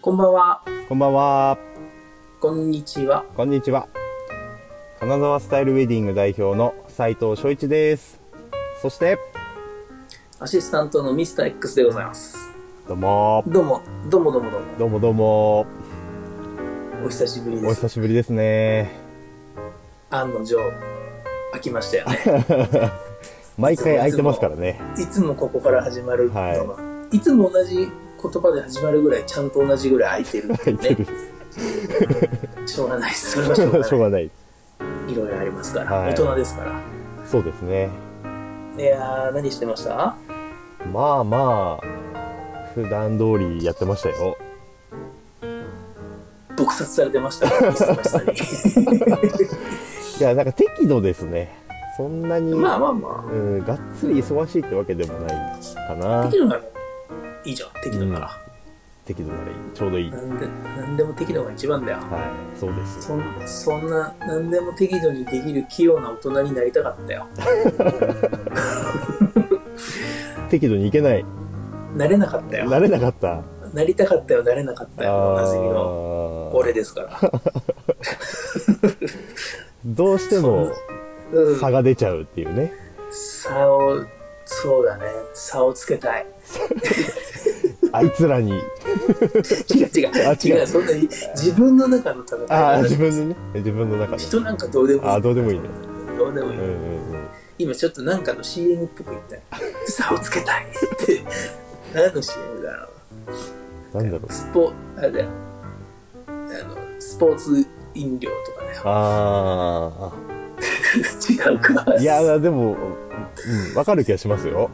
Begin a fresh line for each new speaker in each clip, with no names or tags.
こんばんは。
こんばんは。
こんにちは。
こんにちは。金沢スタイルウェディング代表の斉藤翔一です。そして、
アシスタントのミスター X でございます。
どうも。
どうも、どうもどうもどうも。
どうもどうも。
お久しぶり
お
です。
久しぶりですね。
案の定、飽きましたよね。
毎回空いてますからね。
いつもここから始まるのが、、
はい
つも同じ言葉で始まるぐらい、ちゃんと同じぐらい空いてるってい
空
う
いて
ね
る。。
しょうがないです。それは
し
しょうがな
ょう
い。
がない。
いろいろありますから、
は
大
い
人ですから。
そうですね。
いやー、何してました
まあまあ、普段通りやってましたよ。
撲殺されてました、忙しさに。
いや、なんか適度ですね。そんな に、
まあまあま
うん、がっつり忙しいってわけでもないか
あ、
な
適。度ならいいじゃん、適度なら。
適度ならいい。ちょうどいい。は
なんで、なんでも適度が一番だよ。
い。そうです。
そんそんな、何でも適度にできる器用な大人になりたかったよ。
適度にいけない。
なれなかったよ。
慣れなかった。
なりたかったよ、なれなかったよ。おなじみの
あー
俺です から。
どうしても
うん
差が出ちゃうっていうね。
差を、そうだね。差をつけたい。
あいつらに。
違う違
あ
う。
違う
違う、そんなに、自分の中の戦い
あ あ、
だ
自
ね。
分のね。自分の中で。
人なんかどうでもいい。
ああ、どうでもいいね。
どうでもいい。
うんうんうん。
今ちょっとなんかの CM っぽく言 ったよ。差をつけたいって。何の CM だろう。
なんだろう。
スポ、あれだよ。あの、スポーツ飲料とかね。
あ
違うか。
あ。いや、でも、うん、わかる気がしますよ。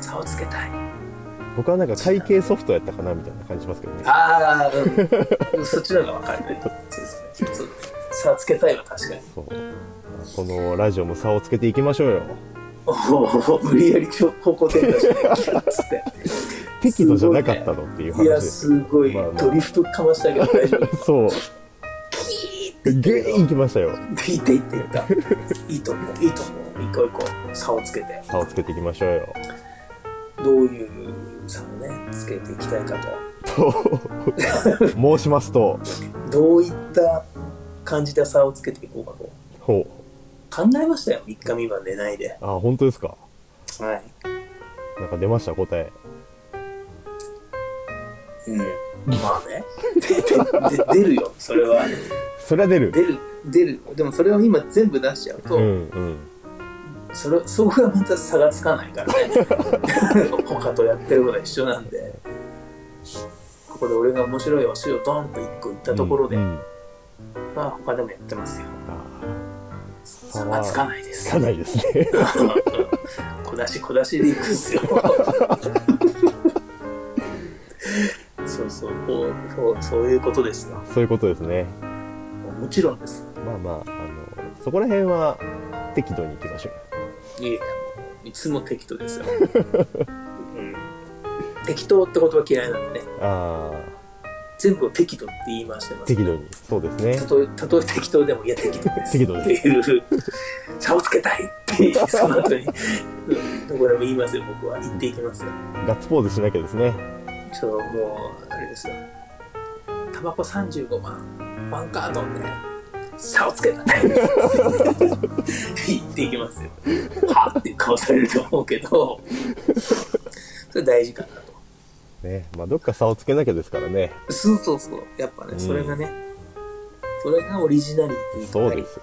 差をつけたい。
僕はなんか会計ソフトやったかなみたいな感じしますけどね。
ああ、うん。そっちの方がわかるね。そうですね。そう差をつけたいは確かに。
そう。このラジオも差をつけていきましょうよ。
おお、無理やり方向転換してね、つって。
適度じゃなかったのっていう
い
話
や、
です。
すごい
まあまあ
ドリフトかましたけど大丈夫。
そう。ゲーンいきましたよ。
いいっていいって言った。いいと思う、いいと思う。行こう行こう。差をつけて。
差をつけていきましょうよ。
どういう差をね、つけていきたいかと。
と申しますと、
どういった感じで差をつけていこうかと。
ほう。
考えましたよ、3日未満寝ないで。
あ、本当ですか。
はい。
なんか出ました答え。
うん。まあね。で、で、で出るよ、それは。
それは出る。
出る、出る。でもそれを今全部出しちゃうと、
うんうん。
それ、そこがまた差がつかないから ね。他とやってることは一緒なんで。ここで俺が面白いおしをドンと1個言ったところで、
うんうん
まあ他でもやってますよ。
あ
差がつかないで
ー
す
つ。かないですね。
小出し小出しでいくんすよそうそうこうそうそういうことですよ
そういうことですね。
もちろんです
まあまあ、あの、そこら辺は適度にいきましょ
いえいつも適当ですよ、うん、適当って言葉嫌いなんでね
う。あ
全部を適当って言い回してます
あ、適度に。そうです
た
ね。
とえたとえ適当でもいや適当です
適度
っていう差をつけたいっていうその後に、うん、どこでも言いますよ僕は言っていきますよ
ガッツポーズしなきゃですね。
ちょっともう、あれですよ。タバコ35万、ワンカートンで、差をつけたね。言っていきますよ。はっていう顔されると思うけど、それ大事かなと。
ね。まあ、どっか差をつけなきゃですからね。
そうそうそう。やっぱね、それがね、それがオリジナリティと
そう
な
で
り、
すよ。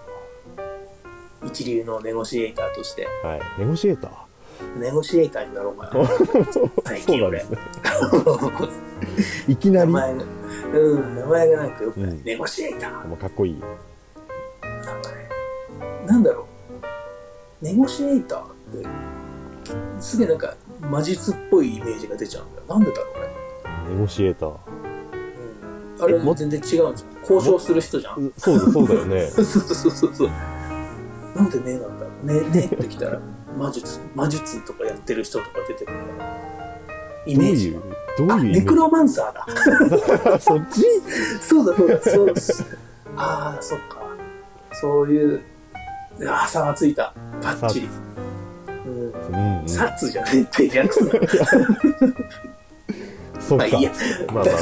一流のネゴシエーターとして、
はい。ネゴシエーター。
ネゴシエーターになろ うかな。最
そう
近
なん
俺。
ですね。いき
名
なり。
前が、うん、名前がなんかよくない。
うん
ネゴシエーター。
もうかっこいい。
なんかね、なんだろう、ネゴシエーターって、すげえなんか魔術っぽいイメージが出ちゃうんだよ。なんでだろうね。
ネゴシエーター。
あれ、
えも
全然違うんじゃん。交渉する人じゃん。
うそうだ、そうだよね。
そうそうそうそうそう。なんでねなんだろう。ねねってきたら、魔術、魔術とかやってる人とか出てくるから。 イ
どう
メー
い
ジ
う
が。、
どう
あ、
いう
ネクロマンサーだ。
そっち
そうだそうだ、そうです。ああ、そっか。そういう、ああ、差がついた。バッチリ。うん
うん、うん。
サッツじゃねえって略すな。
そっ
まあ
か
いいや。
まあまあ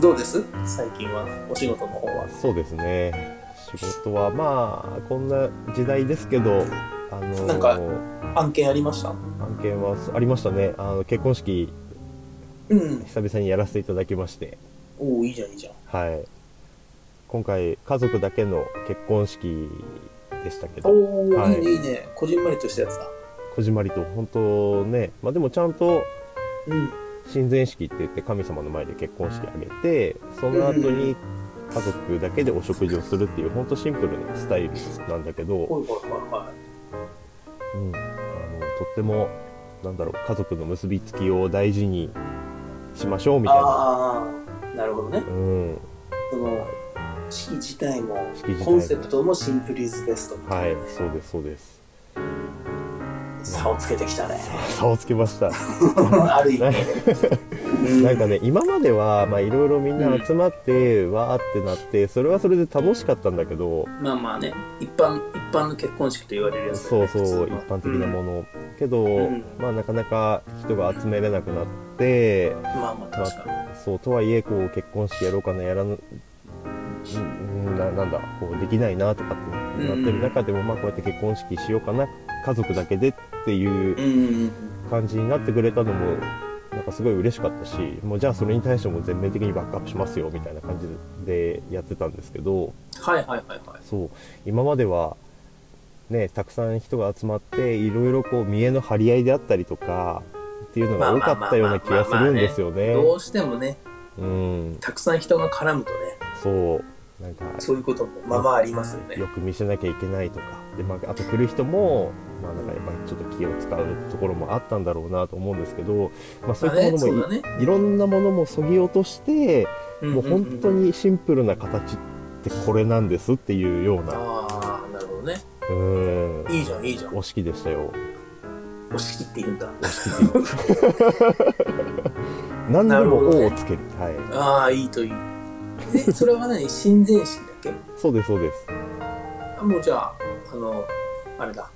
どうです最近は、お仕事の方は。
そうですね。仕事はまあ、こんな時代ですけど、あの、
なんか案件ありました
案件はありましたね。あの、結婚式、
うん。
久々にやらせていただきまして、
おおいいじゃん、いいじゃん。
はい。今回、家族だけの結婚式でしたけ
お
ど、
お、
はい
い、いね、いいね。こじんまりとしたやつだ。
こじまりと本当ね、まあでもちゃんと、
うん。
神前式って言って神様の前で結婚式あげてその後に家族だけでお食事をするっていうほんとシンプルなスタイルなんだけ
ほ
ど、
いほいほいは
うん、あのとってもなんだろう家族の結びつきを大事にしましょう
い。
みたいな、
ああ、なるほどね。
うん、
その、式自体も
式自体、も
コンセプトもシンプルイズベストみた
はいい
なね
そうですそうです
差をつけてきた ね。
差をつけました
ある意味。うん
なんかね今まではまあいろいろみんな集まって、わーってなってそれはそれで楽しかったんだけど
まあまあね、一般、一般の結婚式と言われるやつだ
そ
よ
う
ね、
そ
普
う一
通の
般的なも
うん
の、けど、
うん
まあなかなか人が集めれなくなって、
まあまあ
ま
確かに。
あ、そうとはいえこう結婚式やろうかなやらなうんななんだこうできないなとかってなってる中でも、まあこうやって結婚式しようかな家族だけでっていう
うんうんうん。
感じになってくれたのもなんかすごい嬉しかったしもうじゃあそれに対しても全面的にバックアップしますよみたいな感じでやってたんですけど。
はいはいはいはい。
そう今まではねたくさん人が集まっていろいろこう見栄の張り合いであったりとかっていうのが多かったような気がするんですよね。
どうしてもね、
うん、
たくさん人が絡むとね、
そうなんか
そういうこともまあまあありますよね。
よく見せなきゃいけないとかで、まあ、あと来る人も、まあ、なんかやっぱりちょっと気を使うところもあったんだろうなと思うんですけど、まあ、そうい
まあ
っ
ね
たものもい,、
そうだ
いろんなものもそぎ落としてもう本当
に。
にシンプルな形ってこれなんですっていうような、
ああ、なるほどね。
うん、
いいじゃん、いいじゃん。
お式でしたよ。
押し切って言うんだ。
何で
なる
も
ほ
「
どね
お」をつけるはい
ああ、いいといい。え、それは何親善式だっけ
そうですそうです
あもうじゃあ、あの、あれだ。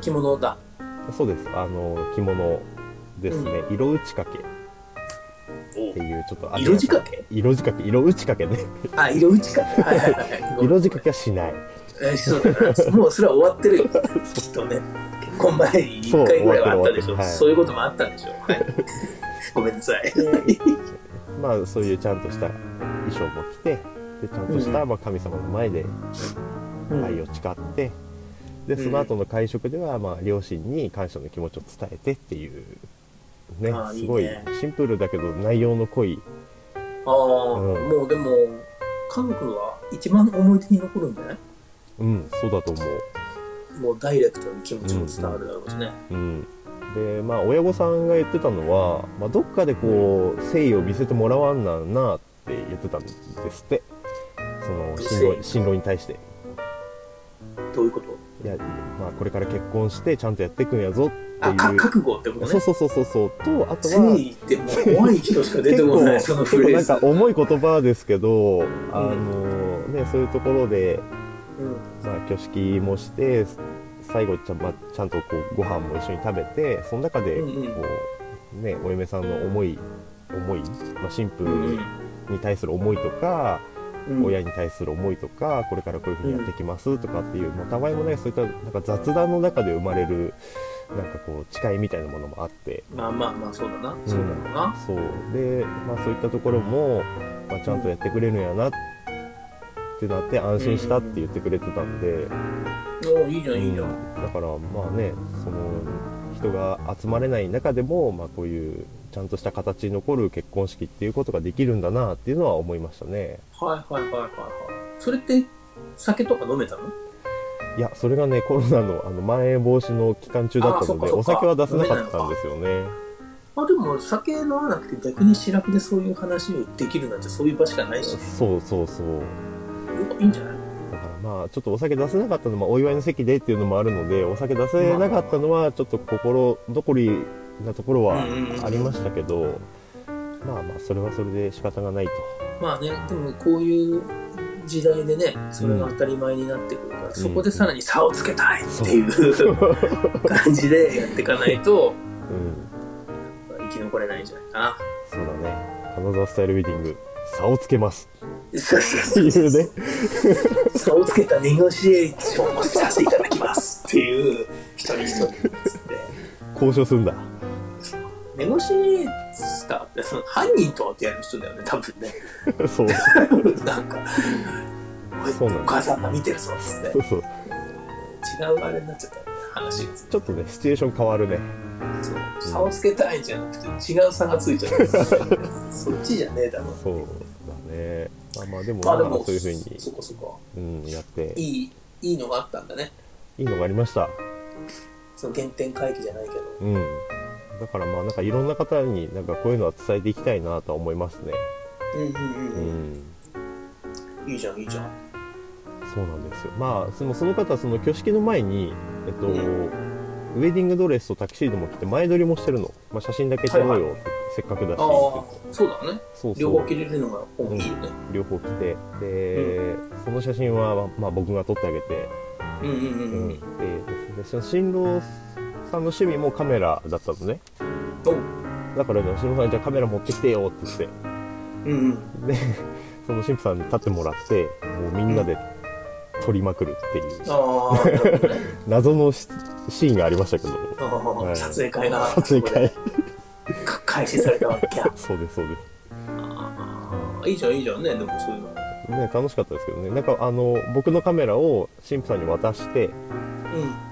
着物だ。
そうですあの着物ですね、色打ち掛けっていうちょっと
色仕掛け
色仕掛け色打ち掛けね
あ、色打ちか。 はいはいはいはい。
色仕掛けはし ない
えーそうだなもうそれは終わってるよきっとね結婚前に
そう
1回ぐらいはあったでし
終わってる
ょ
終わってるはい
そういうこともあったんでしょはいごめんなさい
まあそういうちゃんとした衣装も着てでちゃんとした、まあ、神様の前で愛を誓って、で
うん
その後の会食では、まあ、両親に感謝の気持ちを伝えてっていうね
あーいいね
すごいシンプルだけど内容の濃い
ああ、
うん
もうでも家族は一番思い出に残るんじゃない
うんそうだと思う
もうダイレクトに気持ちも伝わるだろうしね、
うん、でまあ親御さんが言ってたのは、まあ、どっかでこう誠意を見せてもらわんなんなって言ってたんですってその進
誠
路
意
進路に対して
どういうこと
いや、まあ、これから結婚してちゃんとやっていくんやぞって
あか
いう。
覚悟ってこと
そう
ね
そうそうそうそうとあと
誠
は
意ってもう怖い人しか出て
結
こ
構
ないそのフレー
結
ズ
構なんか重い言葉ですけど、あのね、そういうところで、
うん
まあ、挙式もして最後ちゃ,、まあ、ちゃんとこうご飯も一緒に食べてその中でこ
うんうん
う、ね、お嫁さんの思い思い、まあ、新婦
うん
に対する思いとか、
うん
親に対する思いとかこれからこういうふうにやってきますとかっていう、まあ、たわいもないそういったなんか雑談の中で生まれるなんかこう誓いみたいなものもあって
まあまあまあそうだな、そうだろうな
そうで、まあ、そういったところも、まあ、ちゃんとやってくれるんやなってなって安心したって言ってくれてたんで。
おーいいじゃんいいじゃん、
うんだからまあねその人が集まれない中でも、まあ、こういうちゃんとした形に残る結婚式っていうことができるんだなっていうのは思いましたね
はいはいはいはいはいそれって酒とか飲めたの
いやそれがねコロナのあのまん延防止の期間中だったの
あ
で
そ
お
っかそっ
酒
か
は出せなかったんですよね
まあでも酒飲まなくて逆にシラフでそういう話をできるなんてそういう場しかないし
そうそうそう
いいんじゃない
だからまあちょっとお酒出せなかったのもお祝いの席でっていうのもあるのでお酒出せなかったのはちょっと心残りなところはありましたけどまあまあそれはそれで仕方がないと
まあねでもこういう時代でねそれが当たり前になってくるから、そこでさらに差をつけた いっていう、感じでやっていかないと
うん
生きき残れないんじゃないかな。
そうだね。金沢スタイルウェディング、差をつけます。
そう
って
そ
いう
そう
うね。
差をつけたネゴシエーションをさせていただきますっていう一人一人っつって
交渉するんだ。
ネゴシエーターってその犯人とは出会いの人だよね多分ね
そう。
なんかおい
そうなんだ
お母さんが見てるぞっつって
そうそう。
違うあれになっちゃったね話が
ちょっとね、シチュエーション変わるね。
そう差をつけたいんじゃなくて違う差がついちゃうそっちじゃねえだろ
そうだね。まあまあでも、
まあで
まあ
も
そういう風に、
そこそこ
うん、やって、い
いいいいのがあったんだね
いのがありました。
その原点回帰じゃないけど
うん。だからまあなんかいろんな方になんかこういうのは伝えていきたいなとは思いますね。
うんうん
う
うん、
ん。
いいじゃんいいじゃん
そうなんですよ。まあそのその方はその挙式の前にえっと、
うん
ウェディングドレスとタキシードも着て前撮りもしてるの。まあ写真だけ撮ろうよって、せっかくだし。
ああそうだね
そうそう。
両方着れるのが大きいよね、
両方着てで、その写真はまあ僕が撮ってあげて、
うん、うんうんうんう
うん
ん
でその新郎さんの趣味もカメラだったのね。
おう
だから、ね、新郎さんじゃあカメラ持ってきてよって言って。
うんうん
でその神父さんに立ってもらってもうみんなで撮りまくるっていう
ああなるほど ね
謎のシシーンがありましたけど
ああ
はい
撮影会が
撮影会
ここでか開始されたわけや
そうですそうで
ああいいじゃんいいじゃんねでもそういうの
す、ね、楽しかったですけどねなんかあの僕のカメラを神父さんに渡して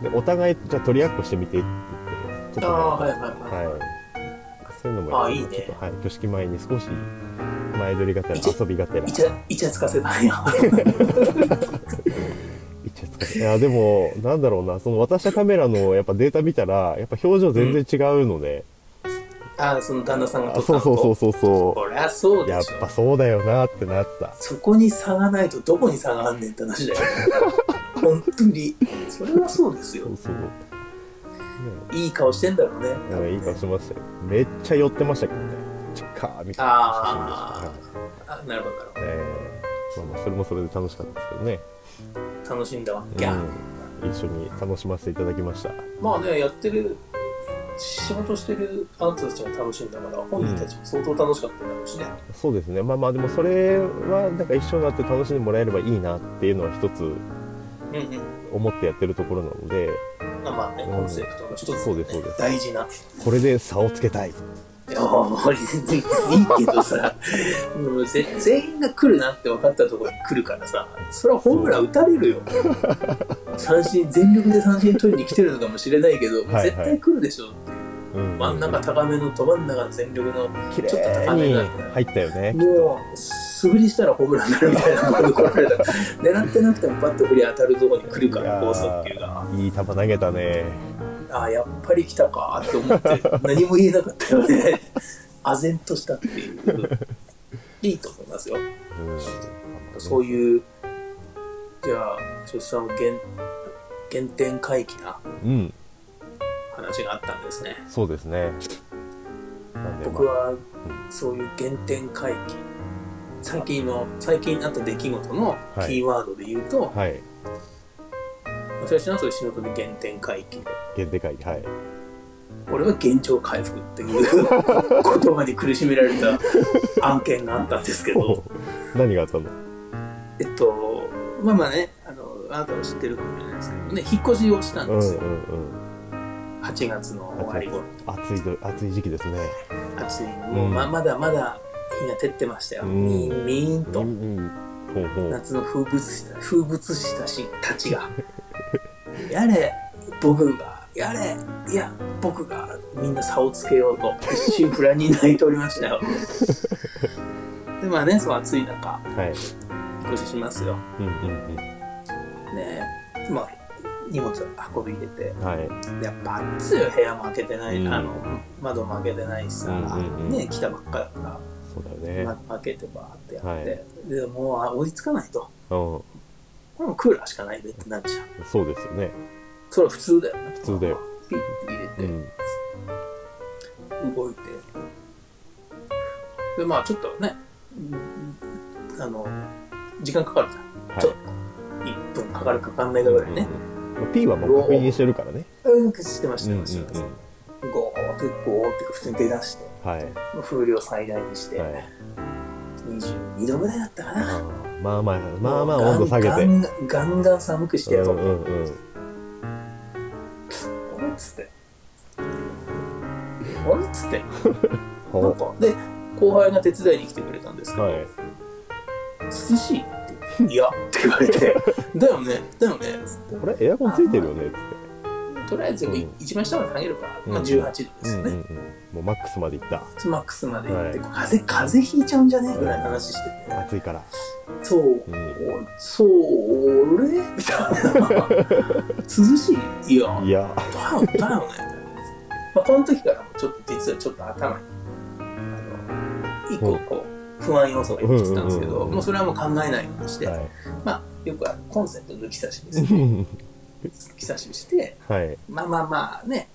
うん
でお互いじゃあ取り合っこしてみてって言って撮ってもら
ああー
った
はいはいは
はいそういうのもり
あーいいね
ちょっとはい挙式前に少し前撮りがてら
一
遊びがてら
いイチャイチャつかせたんや
いっちゃったいやでもなんだろうなその渡したカメラのやっぱデータ見たらやっぱ表情全然違うので、
ああその旦那さんが
あ
撮った
そう
の
そうそう
と
そうそう
こりゃそう
や
で
っ
し
ぱ
ょ
そうだよなってなった。
そこに差がないとどこに差があんねんって話だ よ本当にそれはそうですよ
そうそう。ね
いい顔してんだろうね多
え、
分
いい顔
ね
しましたよ。めっちゃ寄ってましたけどね。チッカーみたいな
あー
写真でした。はい
あなるほどなるほ
ええまあまあそれもそれで楽しかったですけどね。
ど楽しんだわけや、
うん、一緒に楽しませていただきました。
まあねやってる仕事してるあんたたちも楽しいんだから本人たちも相当楽しかったんだろうしね、
そうですね。まあまあでもそれはなんか一緒になって楽しんでもらえればいいなっていうのは一つ
うん、うん
思ってやってるところなので、
まあまあね
うん
コンセプトの一つ、ね
そうですそうです
大事な
これで差をつけたい。
いやもう全然いいけどさもうぜ全員が来るなって分かったところに来るからさそれはホームラン打たれるよ三振全力で三振取りに来てるのかもしれないけど
はいはい
絶対来るでしょっていう
うん
真ん中高めのど真ん中全力の
綺
ちょっと高め
麗
に
に入ったよね。
もう素振りしたらホームランになるみたいなところに来られた狙ってなくてもバッと振り当たるところに来るから
いや
高
ー
速球が
いい球投げたね。
ああやっぱり来たかと思って何も言えなかったよね唖然としたっていういいと思いますよ
うん。
そういうじゃあ出産を原原点回帰な
うん。
話があったんですね
そうですね。なんで
僕
まあ
はそういう原点回帰最近の最近あった出来事のキーワードで言うと、
はい。
私のそういう仕事で原点回帰で
限定会議。はい。
俺は現状回復って いう言葉に苦しめられた案件があったんですけど
何があったの
えっとまあまあねあのあなたも知ってるかもしれないですけどね引っ越しをしたん
うん
で
う
す
ん
よ、
うん。
8月の終わり頃
暑いと、暑い時期ですね。
暑いもう
うん
ままだまだ日が照ってましたよ、
うん
みーんみーん
う
と
んうん。ほうほう。
夏の風物詩だ風物詩たしたちがやれ僕がやれいや僕がみんな差をつけようと一心不乱に泣いておりましたよ でまあねその暑い中
はい。
引っ越ししますよ
うんうんうん。
ねまあ荷物運び入れて
はい。
やっぱ暑いよ部屋も開けてない、
うん
あの窓も開けてないしさ、
うんうんうん
ね来たばっかだから
そうだよね。
窓開けてバーってやって、
はい
でもうあ追いつかないと
うん。
これもクーラーしかないべってなっちゃう
そうですよね。
それは普通だよね
普通だよ
ピッて入れ
う
て、
ん。
動いてでまあちょっとねうんあの時間かかるじゃん
はい
ちょっ1分かかるかかんないかぐらいね、
うんうん。P はもう確認してるからね。
うん、してまし
う
た
んうん
よ
うん。
してましたゴーってゴーって普通に出だして
はい
風量最大にして、
はい
22度ぐらいだったか
あ
な。
ーまあまあまあまあ
もう
温度下げ
ガ
て
ンガンガンガン寒くしてやろう
う。んうんうん
あれっつって。あれっつって。な
ほ
んか、で、後輩が手伝いに来てくれたんですけど、
うはい
涼しいって。いや、って言われて、 だよね、だよね、つって。
これエアコンついてるよねっつって
とりあえず、
うん
一番下まで下げるから、
うん
まあ、18度で
う
すよ
んうんう
ね。
んもうマックスまでいった
マックスまで行って、
は
風、風邪ひいちゃうんじゃねえぐらいの話してて、
暑いから
そう、
うん
それみたいな。 涼しいいや、
いや
だよだよね。まあ、この時からもちょっと実はちょっと頭に、あの、一個こう、不安要素が出てきたんですけ
うんうんうん
ど、
うん
もうそれはもう考えないようにして、
はい
まあ、よくあるコンセント抜き差し ですね。抜き差しして、
はい
まあまあまあね、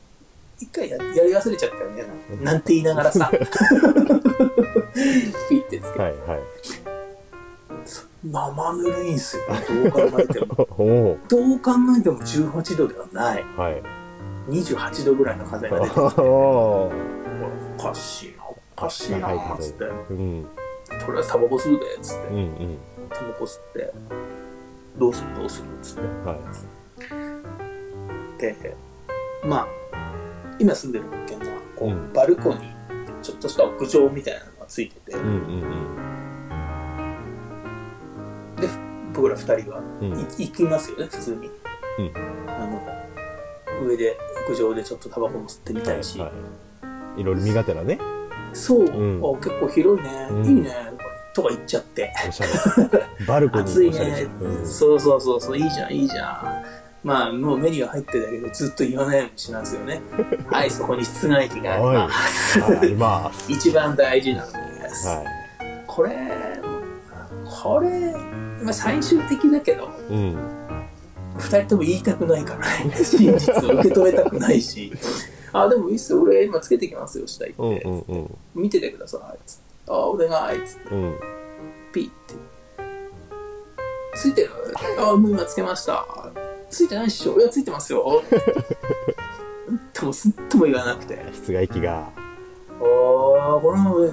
一回ややり忘れちゃったよね、なんて言いながらさ、 ピッてつけて、
はいはい
生ぬるいんすよ、どう考えても。
おお
どう考えても18度ではない。
はい
28度ぐらいの風が出てきて、
お
お
お
かしいな、おかしいな、つって、
うん
とりあえずタバコ吸うで、つって
うんう、ん
タバコ吸って、どうするどうする、つって。
はい
でまあ今住んでる物件がこう、
うん
バルコニーちょっとした屋上みたいなのがついてて、
うんうん
で僕ら2人は
うんうん
い行きますよね普通に、
うん
あの上で屋上でちょっとタバコも吸ってみたいし、
はいいろいろ身勝手なね
そう、
うん
あ結構広いね、
うん
いいねとか言っちゃって
おしゃれバルコニ
暑
ー
い
おしゃれ
ね
し、うん
そうそうそうそういいじゃんいいじゃんまあもう目には入ってたけどずっと言わないようにしますよ ねはいそこに室外機があります
はいありま す
一番大事なのです、
は
これこれ、まあ、最終的だけど
いうん
2人とも言いたくないからね真実を受け止めたくないしあでもいいっすよ俺今つけてきますよ下行
うん
って、
うんうん
見ててくださいつってあお願いつって
うん
ピッてついてるあもう今つけましたついてないっしょいやついてます ようんともすっとも言わなくて
室外機が
ああこれもね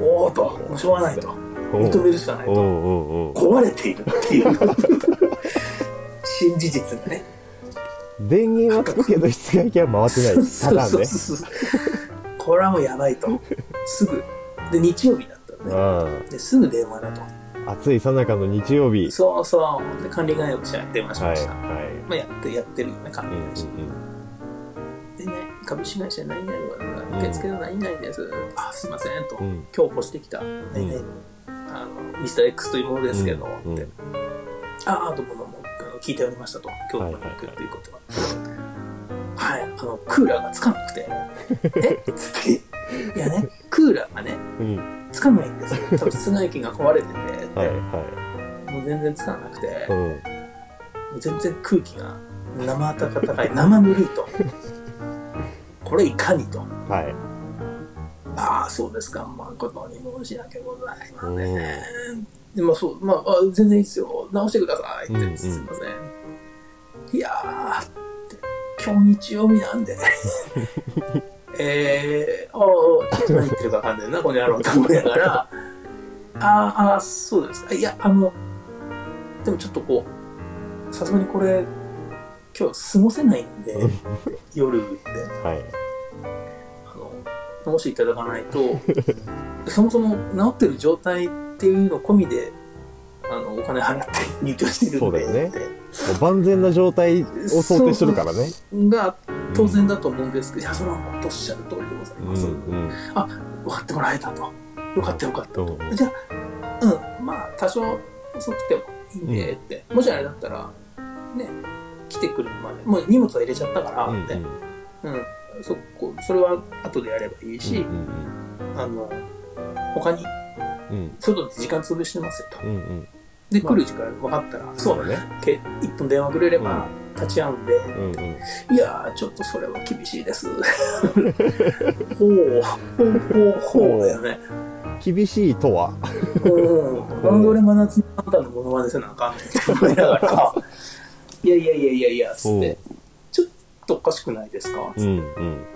おおともうしょうがないと
お
認めるしかない
お
と
うおうお
壊れているっていう新事実がね
う電源はつくけど室外機は回ってない
そ
パ
う
ター
そ
ン
う
ね
そうそうこれはもうやばいとすぐで日曜日だったのね
う
ですぐ電話だと
ん暑い最中の日曜日
そうそうで管理会社に電話し
は
ま
い
した、
は
まあ、やってやってるよね管
い
理
うん
会社、
うん
でね株式会社何々は受付の何々です、あすいませんと、
うん
今日越してきた何々、あのミスター X というものですけど、
うん
って
うん
ああ、どうもどうも、あの聞いておりましたと、今日の行くということは。はい、あの、クーラーがつかなく て、えつって、いやね、クーラーがね、
うん
つかないんですよ。多分室内機が壊れてて、
はいは
もう全然つかなくて、
いうん
もう全然空気が生温かい、生ぬるいと。これいかにと。
はい
ああ、そうですか、誠に申し訳ございません。
うん
でまあそうまあ、あ全然いいですよ、直してくださいって、
うんうん
すいません。いやーって、今日日曜日なん で、えー、ああ、ちょっと何言ってるか分かんないな、この野郎と思いながら、あーあー、そうですか、いや、あの、でもちょっとこう、さすがにこれ、今日過ごせないんで、 夜って。
はい
あの、申していただかないと、そもそも治ってる状態っていうの込みで、あの、お金払って入居してる
そ
ん
うだ
で、
よね
って
もう万全な状態を想定してるからね
が当然だと思うんですけど、いや、それは本当おっしゃる通りでござい
うん
ます。
うん
分かってもらえたと。よかったよかったと。
うん
じゃあ、うん、まあ、多少遅くてもいいんでって、もしあれだったら、ね、来てくるまで、もう荷物は入れちゃったから
う
っ
ん
て、
う
うん
ん
そこそれは後でやればいいし、
うん
あの、他に
うん
外で時間潰してますよと。
うんうん
で、
まあ
来る時間分かったら、
そ
そうう、
だね
け1分電話くれれば立ち会うんで、
うんうん
いやー、ちょっとそれは厳しいです。ほう、ほう、ほう、ほうだよね。
厳しいとは
うん。なんで俺真夏にあんたのモノマネせなあかんねんって思いながら、いやいやいやいやいや、つって、ちょっとおかしくないですか、
うんうん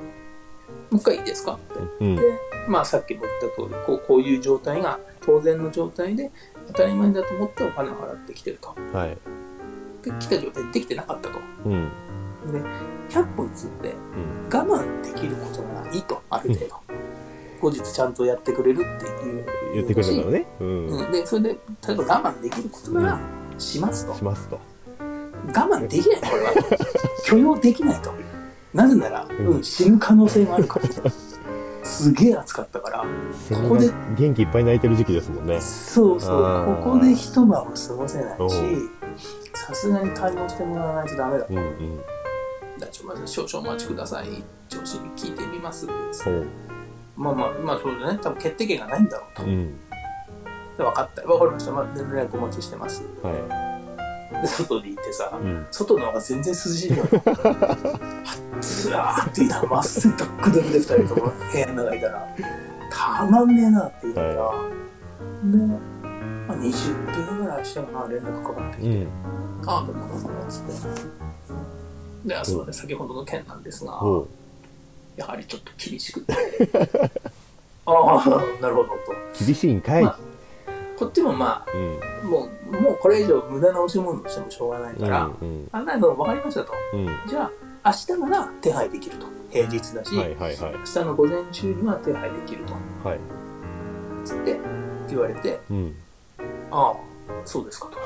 もう一回いいですかって。
うん
で、まあさっきも言った通り、こうこういう状態が当然の状態で、当たり前だと思ってお金を払ってきてると。
はい
で、来た状態でできてなかったと。
うんうん
で、100歩譲って我慢できることならいいと、ある程度。後日ちゃんとやってくれるっていう。
言ってくれたからねうん、
うん、で、それで、例えば我慢できることならしますと。
しますと
我慢できない、これ は。許容できないと。なぜなら、うん、死ぬ可能性もあるから。すげえ暑かったから。
セ
こで
ミが元気いっぱい泣いてる時期ですもんね
そうそ
あ
う
ー、
ここで一晩は過ごせない
おう
し、さすがに対応してもらわないとダメだ。
うんうん
じゃあちょっと待って少々お待ちください。上司に聞いてみます。
そう
まあまあ、まあそうだね。多分決定権がないんだろうと。
う
で
ん
分かった。分かりました。まあ、連絡お待ちしてます。
は
で、外に行ってさ
い、、うん、
外の方が全然涼しいのよ。つらーって言いながら、まっすぐドックドクで二人とも部屋の中いたら、たまんねえなって言いながら、で、まあ、20分ぐらいしてかな、連絡かかってきて。
うん
ああ、どうもどうも、つって。で、あそうだね、先ほどの件なんですが、
ほ
やはりちょっと厳しくて。 ああ、なるほどと。
う厳しいんかい、
まこっちもま
うん
あ、もう、もうこれ以上無駄な押し物をしてもしょうがないから、
うん
あんなの分かりましたと。
うんうん
じゃあ、明日なら手配できると。平日だし、
はいはいはい
明日の午前中には手配できると。
はい
つって言われて、
うん
ああ、そうですかと。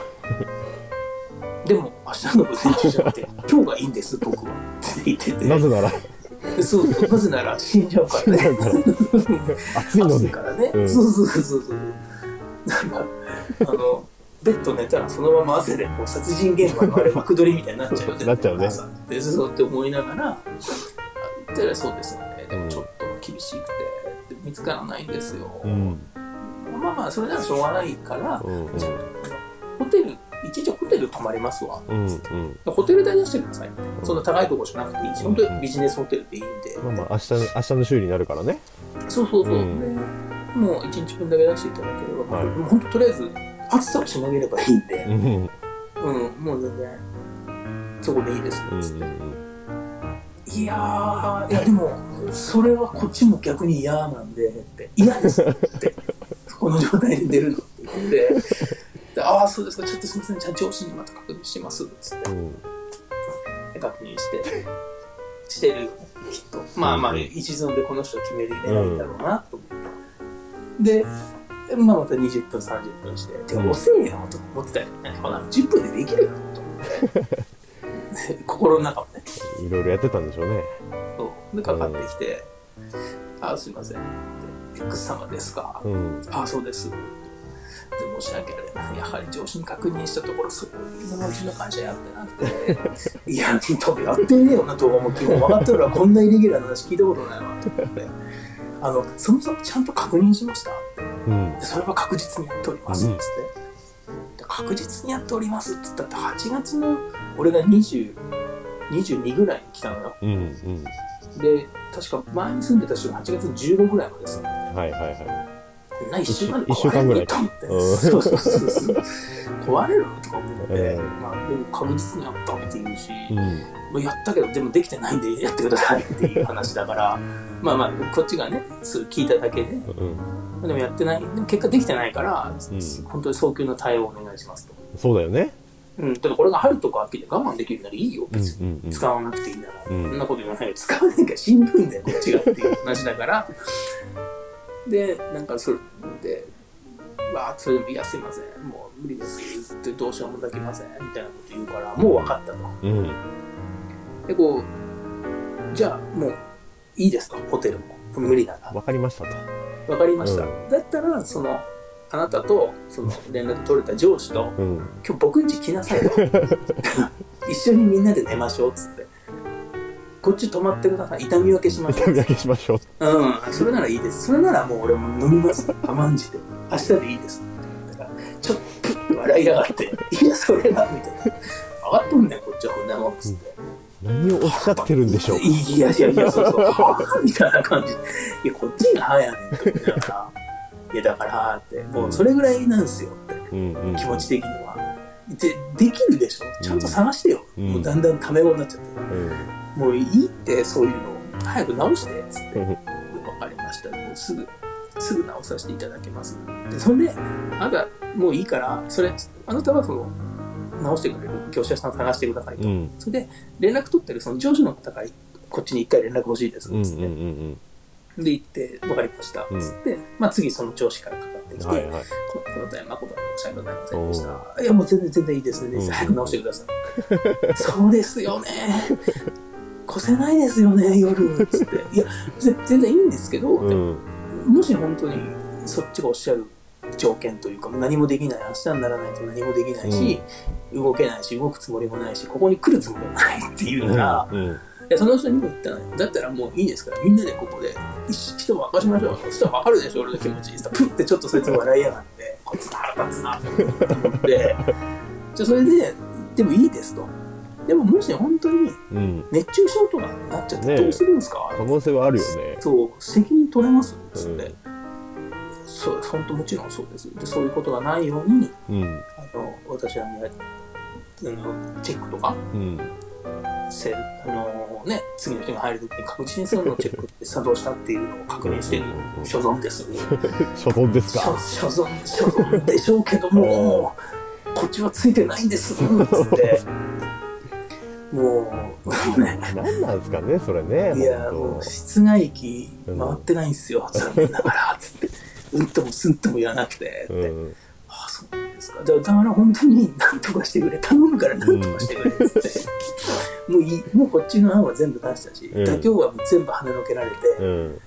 でも、明日の午前中じゃなくて、今日がいいんです、僕は。って言ってて。
なぜなら
そうそう、なぜなら死んじゃうからね。
暑いの
暑い
で
からね。
うん
そうそうそうそうそう。なんか、あの、ベッド寝たらそのまま汗でこう殺人現場のあれ、幕取りみたいになっちゃうじゃん
なっちゃうね
朝で、そうって思いながら、あたらそうですよね。でもちょっと厳しくて、見つからないんですよ。
うん
まあまあ、それならしょうがないから、
うんうん
じゃあホテル、一時ホテル泊まりますわ。
うんうん
ホテル代出してくださいみたいな。そんな高いところじゃなくていいし、本当にビジネスホテルでいいんで。
まあまあ明日の明日の修理になるからね
そうそうそう、
うん
でもう1日分だけ出していただければ、
はい
もう本当とりあえず暑さをしのげればいいん
う
で、
んうん
うんもう全然そこでいいです
う
ねつっ
ん
て、
うん
いやーいやでもそれはこっちも逆に嫌なんでって嫌ですってこの状態で出るのって言ってでああそうですかちょっとすみませんじゃあ上司にまた確認しますつって
うん
で確認してしてるよきっとまあまあ一存でこの人を決める狙いだろうなと思って、でまあまた20分30分して「て
うん
か遅いよ」と思ってたよねほら10分でできるよと思って 心の中もね
いろいろやってたんでしょうね
そうでかかってきて「あすいません」って「X 様ですか?」
うん
あ、そうです。で申し訳ありません。やはり上司に確認したところ、そういうのうちの会社やってなくて、いや、多分やってねえよな、動画も基本分かってるわ、こんなイレギュラーな話聞いたことないわ、と思って。あの、そもそもちゃんと確認しましたって。
うん
でそれは確実にやっております、つ
う
っ
ん
て。で確実にやっておりますって言ったって、8月の、俺が20、22ぐらいに来たのよ。
うんうん
で、確か前に住んでた人が8月の15ぐらいまで住んで
はいはいは
な一週間で
一週間ぐらい
と思って、
うん
そうそうそうそう壊れるとか思って、
ええ
まあ、でも確実にやったっていうし、
いうん
まあ、やったけどでもできてないんでやってくださいっていう話だからまあまあこっちがねそう聞いただけでで
うん
もやってないでも結果できてないから、
うん
本当に早急な対応お願いしますと、
そうだよね
うん、だってこれが春とか秋で我慢できるならいいよ
うん
別に、
うんうん
使わなくていいなら、
うん
そんなこと言わないよ使わないからしんどいんだよこっちがっていう話だからでなんかそれで「わあそれでもいやすいませんもう無理です」ってどうしようもできませんみたいなこと言うからもう分かったと
うん
でこうじゃあもういいですとホテルも無理なら
わかりましたと
分かりました、
う
だったらそのあなたとその連絡取れた上司と
うん
今日僕ん家来なさいと 一緒にみんなで寝ましょうっつってこっち泊まってください痛み分けしましょ
痛み
う
分けしましょう
うんそれならいいですそれならもう俺も飲みます甘んじて明日でいいですだからちょっとプッと笑いやがっていやそれはみたいな上がっとんねんこっちはこんなもんっつって
何をおっしゃってるんでしょう
いやいやいや、そうそう、はあみたいな感じ。いや、こっちがはやねんって思いながら。いや、だから、って、もうそれぐらいなんですよって。
うんうん
気持ち的には。でできるでしょちゃんと探してよ、
うん
もうだんだんため語になっちゃって、
うん
もういいってそういうの早く直してっつって、
うん
分かりましたもううすぐ、すぐ直させていただきます。で、そんで、あんた、もういいから、それ、あのタバコを直してくれる業者さん探してくださいと。
うん
それで、連絡取ってるその上司の方から、こっちに一回連絡欲しいです、
うんうん
つって。
うん
で、行って、わかりました、
うん
つって、まあ次その上司からかかってき
うん
て、
はいはい
この度は誠に申し訳ございませんでした。いや、もう全然全然いいですね。
うん
早く直してください。そうですよね。越せないですよね、夜。つって。いや、ぜ全然いいんですけど、
う
でも
ん
もし本当にそっちがおっしゃる条件というか、もう何もできない、明日にならないと何もできないし、動けないし、動くつもりもないし、ここに来るつもりもないっていうなら、
うん
でその人にも言ったのよ。だったらもういいですから、みんなでここで一一晩明かしましょう。そしたらわかるでしょ、俺の気持 ち。プってちょっとそいつ笑いやがって、こいつ腹立つなって思って。じゃあそれで、でもいいですと。でももし本当に
うん
熱中症とかになっちゃっ
ね
て
え
どうするんですか、
可能性はあるよね
そう、責任取れますつって、
う
そう、本当もちろんそうです。で、そういうことがないように、
うん
あの、私はね、あのチェックとか、
うん
せあのね、次の人が入るときに確実にそのチェックって作動したっていうのを確認してる所存です。
所存です
所
か
所存、所存でしょうけども、こっちはついてないん です、つって。もう、ね、
何なんですかねそれね
いや、も
本
う室外機回ってないんですよ、残念ながら、つって。うんともすんとも言わなくて、っ
当
て。
うん
あそうなんですかだだから本当に何とかしてくれ頼むから何とかしてく れっつって、もういいもうこっちの案は全部出したし、
うん
妥協はもう全部跳ねのけられて、
うん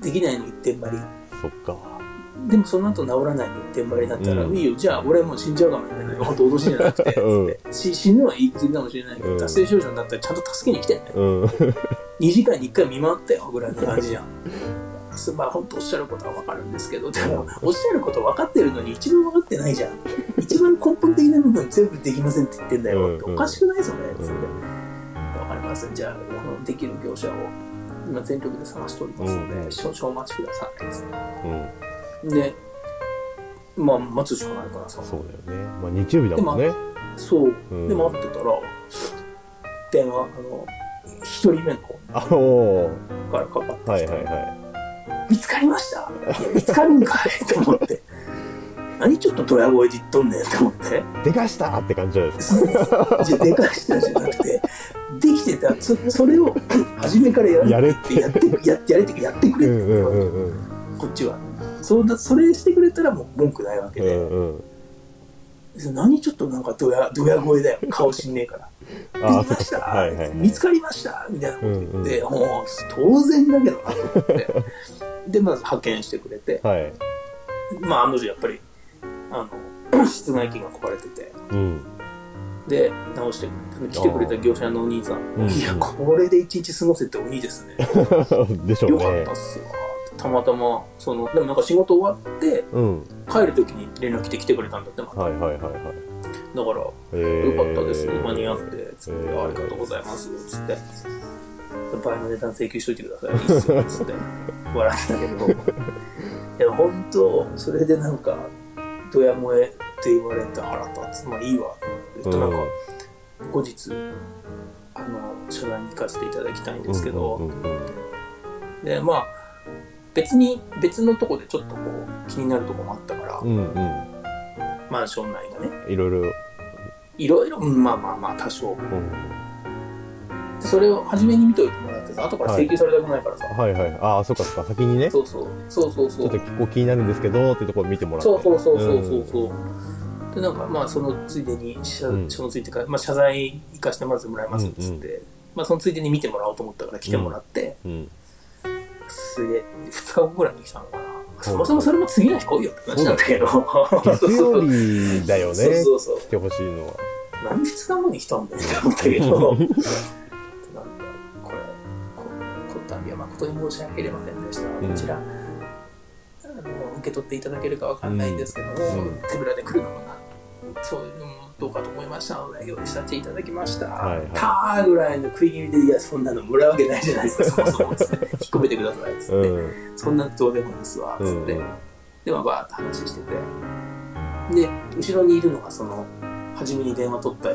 できないの一点張り
そっか
でもその後治らないの一点張りだったら、
うん
いいよじゃあ俺もう死んじゃうかもしれない本当脅しじゃなく て
うん
し死ぬは言い過ぎかもしれないけど、
うん
達成症状になったらちゃんと助けに来てね
うん
2時間に1回見回ったよぐらいの感じじゃんそうまあ本当おっしゃることは分かるんですけどでもおっしゃること分かってるのに一番分かってないじゃん一番根本的な部分全部できませんって言ってんだよって、
うんうん
おかしくないぞねつって、
う
分
ん
かりますじゃああのできる業者を今全力で探しておりますので、
うんうん
少々お待ちくださいつっ
うん
てでまあ待つしかないからさ
そうだよねまあ日曜日だもんね
そう
うん
で待ってたら電話あの一人目の子
あおー
からかかってきて、
はいはいは
見つかりましたいや見つかるんかいと思 って何ちょっとドヤ声で言っとんねんと思って
いでかしたって感じじゃないですか
じゃでかしたじゃなくてできてたそそれを初めからやる
やれっ
ってやってややれってやってく
う
れって、
んうんうんうん
こっちはそうだそれしてくれたらもう文句ないわけ
う
で、
んうん
何ちょっとなんかドヤドヤ声だよ顔死んねえから
ああ
できまし
そ
た、
っかはいはいはい
見つかりましたみたいなこと言って、
うんうん
もう当然だけどなと思ってでまず派遣してくれて
はい
まあ、あの時やっぱり、あの、 室外機が壊れてて、
うん
で、直してくれた、来てくれた業者のお兄さん、
うん
いや、これで一日過ごせって鬼ですね。
でしょ
よ
う
かっ
ね
たっすわ。たまたま、その、でもなんか仕事終わって、
うん
帰る時に連絡来て来てくれたんだって、また
はいはいはいはい
だから、よ
えー
かったです、間に合って、つって、
えー
ありがとうございます、つって。倍の値段請求しといてくださいいいっすよ、つって、笑ってたけど、いや、本当それでなんか、ドヤ萌えって言われて腹立つ、まあいいわ、えっと、なんか、後日、あの、謝罪に行かせていただきたいんですけど、
うんうんうん
で、まあ、別に、別のとこでちょっとこう、気になるとこもあったから、
うんうん
マンション内がね、
いろいろ
いろいろ、うんまあまあまあ、多少。
うん
それを初めに見といてもらってさ、後から請求されたくないからさ、
はいはいああそっかそっか先にねちょ
そうそう、そうそうそう
っと。ここ気になるんですけどってところ見てもらって
そうそうそうそうそ
ん
うそう。でなんかまあそのついでに謝,、
うん
そのついでか、まあ、謝罪行かせてもらってもらいますっつって、まあ、そのついでに見てもらおうと思ったから来てもらって、
うん
すげえ2日後ぐらいに来たのかな、そもそもそれも次の日来いよって話なんだけど
月曜日だよ ね
そうそうそう
来てほしいのは
何日間後に来たんだよって思ったけどなんかこれここの度は誠に申し訳ありませんでした、
ん
こちらあの受け取っていただけるかわかんないんですけども、
うん
手ぶらで来るのかなそういうのもどうかと思いましたので用意させていただきました、
はいはい
たーぐらいの食い気味でいやそんなのもらうわけないじゃないですかそもそもっつって引っ込めてくださいっつって、
うん
そんなどうでもいいですわっ
う
つ
ん
って、
うん
で、まあ、バーって話してて。で、後ろにいるのが、その、初めに電話取った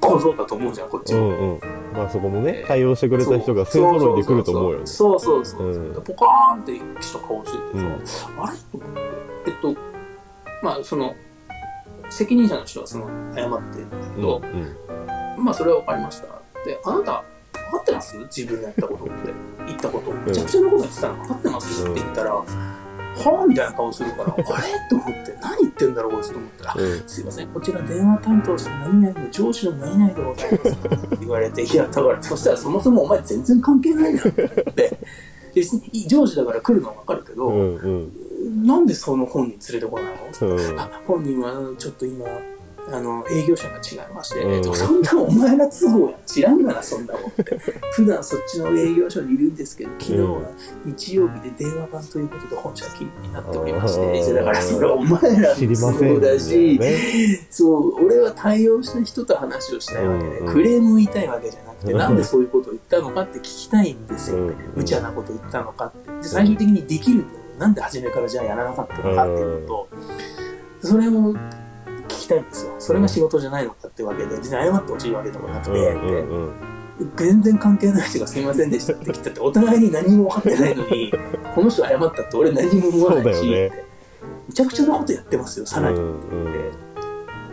小僧だと思うじゃん、こっち
う
も。
んうんまあそこもね
えー
対応してくれた人が勢揃いで来ると思うよね
そうそうそうそう
うん
でポカーンってした顔しててさ、あれと思ってえっとまあその責任者の人はその謝ってんだけど、
うんうん
まあそれは分かりましたであなた分かってます自分のやったことって言ったことめちゃくちゃなこと言ってたら分かってますって言ったら、はあみたいな顔するから あれと思って何言ってんだろうこいつと思ったら
うん
すいません、こちら電話担当者何々の上司の何々でございますって言われて、いや、だから、そしたらそもそもお前全然関係ないなって。別に上司だから来るのはわかるけ
う
ど、
んうん
なんでその本人連れてこないの、
う ん
あ本人はちょっと今、あの営業者が違いまして、
うん
そんなお前ら都合やん知らんがな、そんなもんって。 普段そっちの営業所にいるんですけど、昨日は日曜日で電話番ということで本社勤務になっておりまして、
うん
だからそれはお前ら
知り
の
ませ
都合
ん
だし、
ね
そう、俺は対応した人と話をしたいわけで、
うんうん
クレーム言いたいわけじゃなくて、
うん
なんでそういうことを言ったのかって聞きたいんですよ。
うん
無茶なこと言ったのかって。で、最終的にできるんだよ。なんで初めからじゃあやらなかったのかっていうのと、それを聞きたいんですよ。それが仕事じゃないのかってわけで、別に謝ってほしいわけでもなく
う
て、
んうんうん
全然関係ない人がすいませんでしたって来たって、お互いに何も分かってないのに、この人謝ったって俺何も思わないし、
そうだよ
むちゃくちゃなことやってますよ、さらに。
うんうん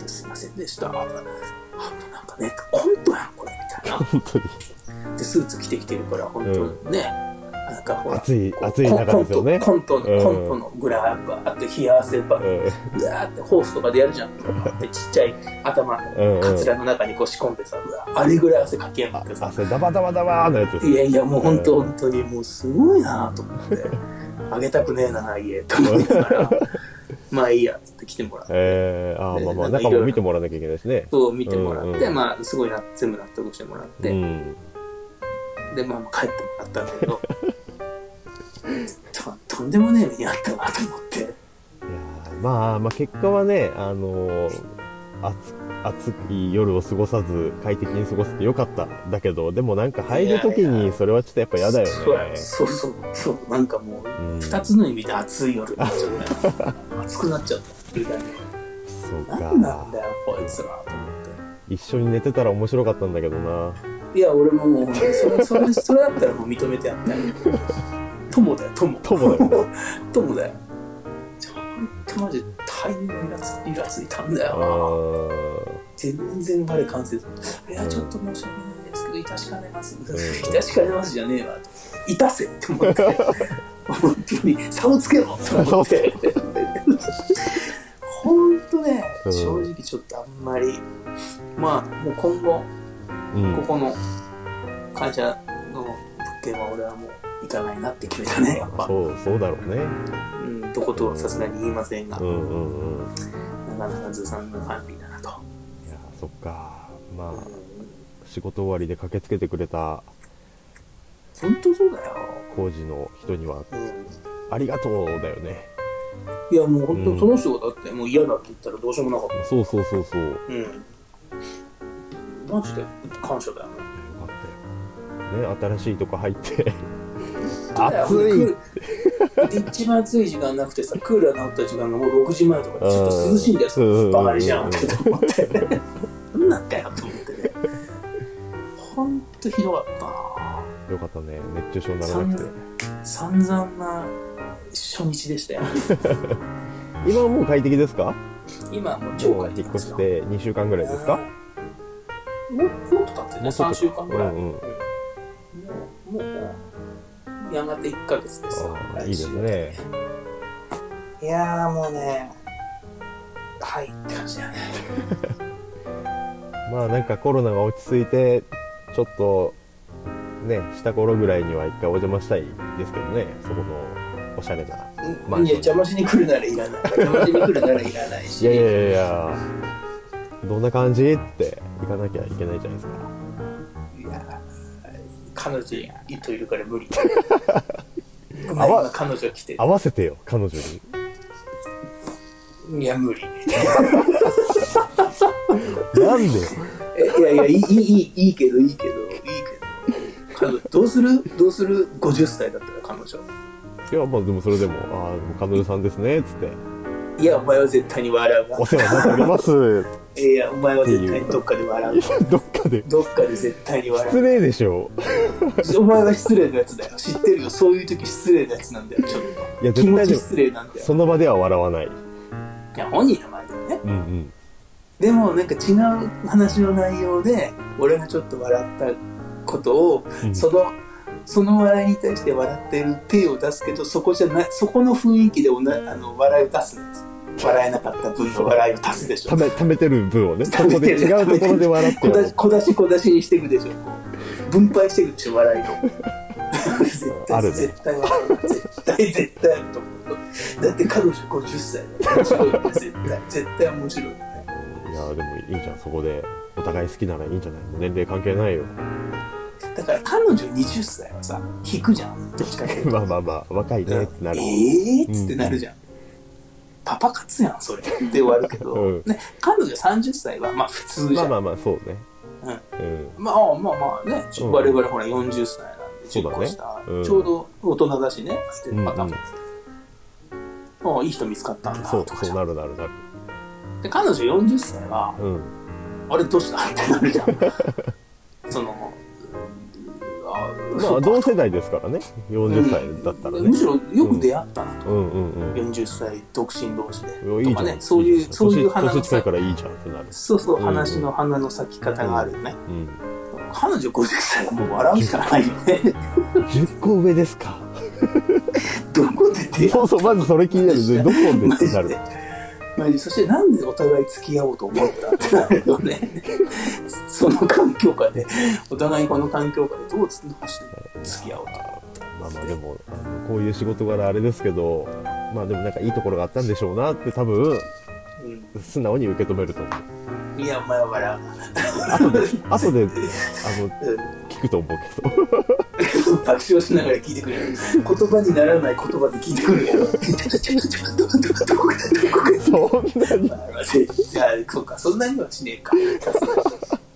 すいませんでした。あなんかね、コントやん、これ、みたい
本当に
な。で、スーツ着てきてるから、本当にね、なんかほら、
暑い暑い中ですよね
コント、コント
う
の、
ん
コントのグラフあって、冷や汗ば、うわ
う
ーってホースとかでやるじゃん。で、ちっちゃい頭、
んう
カ
ん
ツラの中にこう仕込んでさ、うわあれぐらい汗かきやがってさ、
汗ダバダバダバーのやつです
いやいや、もう本当、
うん
本当に、もうすごいなと思って、あげたくねえな、家、と思いなが ら、まあいいや、つって来てもらって。
えー、あーまあまあ
なんかいろ
中
い
も
ろ
見てもらわなきゃいけないですね
そう見てもらって、
うんうん
まあすごいな全部納得してもらって、
うん
で、まあ、まあ帰ってもらったんだけど ととんでもねえ目にあったなと思って
いやーまあまあ結果はねあのー暑暑い夜を過ごさず快適に過ごせてよかっただけどでもなんか入る時
いやい
に
や
それはちょっとやっぱ嫌だよね
そうそうそうそうなんかもう
うん
2つの意味で暑い夜になっちゃったよ 暑くなっちゃったみたい
そう
な
か
何なんだよこいつらと思っ
一緒に寝てたら面白かったんだけどな
ていや俺ももうそれそれそれだったらもう認めてやったよ友だよ友
友だ よ
友だよちょ本当マジで大変イラつイラついたんだ
あ
よな
ー
全然我関せず、いや、ちょっと申し訳ないですけど、いたしかねます、いたしかねますじゃねえわ、いたせって思って、本当に差をつけろと思って、本当ね、
うん
正直ちょっとあんまり、まあ、もう今後、
うん
ここの会社の物件は俺はもう行かないなって決めたね、やっぱ、
そうそうだろうね
うん、とことはさすがに言いませんが、
うんうんうん
なかなかずさんのファンリーだなと。
いやそっかま
うん
あ仕事終わりで駆けつけてくれた
本当そうだよ。
工事の人には
うん
ありがとうだよね
いやもう本
う
当
ん
その人がだってもう嫌だって言ったらどうしようもなかっ
そうそうそうそうよ
た。うん。マジで感謝だよね。
かったよね新しいとこ入って
ク
暑い
ーラーで一番暑い時間なくてさ、クーラー治った時間がもう6時前とかでちょっと涼しいんだよ。
うんうんうんうん
バカにしやがってと思って。なんなんだよと思ってね。ほんとひどかったな
よかったね熱中症にならなくて
散々な初日でしたよ。
今はもう快適ですか
今はもう超
もう
快適な
引っ
ん
越
です
し
よ。
て2週間ぐらいですか
もうもっと経ってね、
もうちょっ
3
と
週間ぐらい。
うんうん
もう、もう、やがて1ヶ月ですよ
あーいいです。ね
いやーもうね、はいって感じだね。
まあなんかコロナが落ち着いてちょっとねした頃ぐらいには一回お邪魔したいですけどねそこのおしゃれなまあ
いや、邪魔しに来るならいらない。邪魔しに来るならいらないし。
いやいやいやいやどんな感じって行かなきゃいけないじゃないですか
いや彼女といるから 無理。ごめ
あ
ん、
わ
今彼女来て。
合わせてよ彼女に
いや、無理。
なんでよ
えいやいや、いい、いい、いいけど、いいけど、いいけど。彼女、どうするどうする ?50 歳だったら彼女。
いやまあでもそれでも「ああでも彼女さんですね」っつって
いや、お前は絶対に笑う
「
な
お。世話になっております」
いやいや、お前は絶対にどっかで笑う。
どっかで
どっかで絶対に笑
失礼でしょ
う。お前は失礼なやつだよ。知ってるよ。そういう時失礼なやつなんだよ、ちょっ
いや
と。気
絶対
持
で
ち
も
失礼なんだよ。
その場では笑わない
いや、本人の前でね。
うんうん
でも、なんか違う話の内容で、俺がちょっと笑ったことを、
うん
その、その笑いに対して笑ってる手を出すけど、そこじゃない、そこの雰囲気でおなあの笑いを出すんです。笑えなかった分の笑いを出すでしょ
た。め ためてる分をねそこで
食べてる
違うところで笑って
小
や
出
ろう
し小出し小出しにしていくでしょこう分配していくでし ょ笑いを絶対
あるね
絶対笑う絶対絶対あると思うだって彼女50歳だよ面白いよね絶対絶対面白いよね
いやでもいいじゃんそこでお互い好きならいいんじゃないもう年齢関係 ないよ
だから彼女20歳はさ引くじゃんどっちかっていうと
まあまあまあ若いねってなる
ええー、っつってなるじゃん、パパ活やんそれって終わるけど、
うん
ね、彼女30歳はまあ普通じゃ
ま
ん、
あまあまあそうねうん
まあまあまあね、
うん
我々ほら40歳なんで
そ
10
うだ
個
ね
下、
うん
ちょうど大人だしねってパターン、
うん
ああいい人見つかったんだ
そ
とか
うそう
じゃん
なるなるなる
で彼女40歳は
うん
あれどうしたってなる じゃんそのあ
ま
そ
あ
うか
同世代ですからね40歳だったらね
むしろよく出会ったなと、
うんうんうん
40歳独身同士で
いやいい
と
じゃ
か
ん
ねそう
い
い
じゃ
うんそういう
年
花の
年近い
咲
からいいじゃんってなる
そうそう
うん
話の花の咲き方があるよね、
うん
彼女50歳はもう笑うしかないよね
10個上ですか
どこで出会った
そうそうまずそれ気になるねどこでっ てなる
マジそしてなんでお互い付き合おうと思ったってなるよね その環境下でお互いこの環境下でどう付き合おう
まあまあでもあのこういう仕事柄あれですけどまあでもなんかいいところがあったんでしょうなって多分
と、
素直に受け止めると思う
うん、いやお前は笑
後で後であの
うな、
聞くと思うけど
うん、 爆笑しながら聞いてくれる言葉にならない言葉で聞いてくるやろどこか どこか
そんなに
じゃあそうかそんなにはしねえかさすがに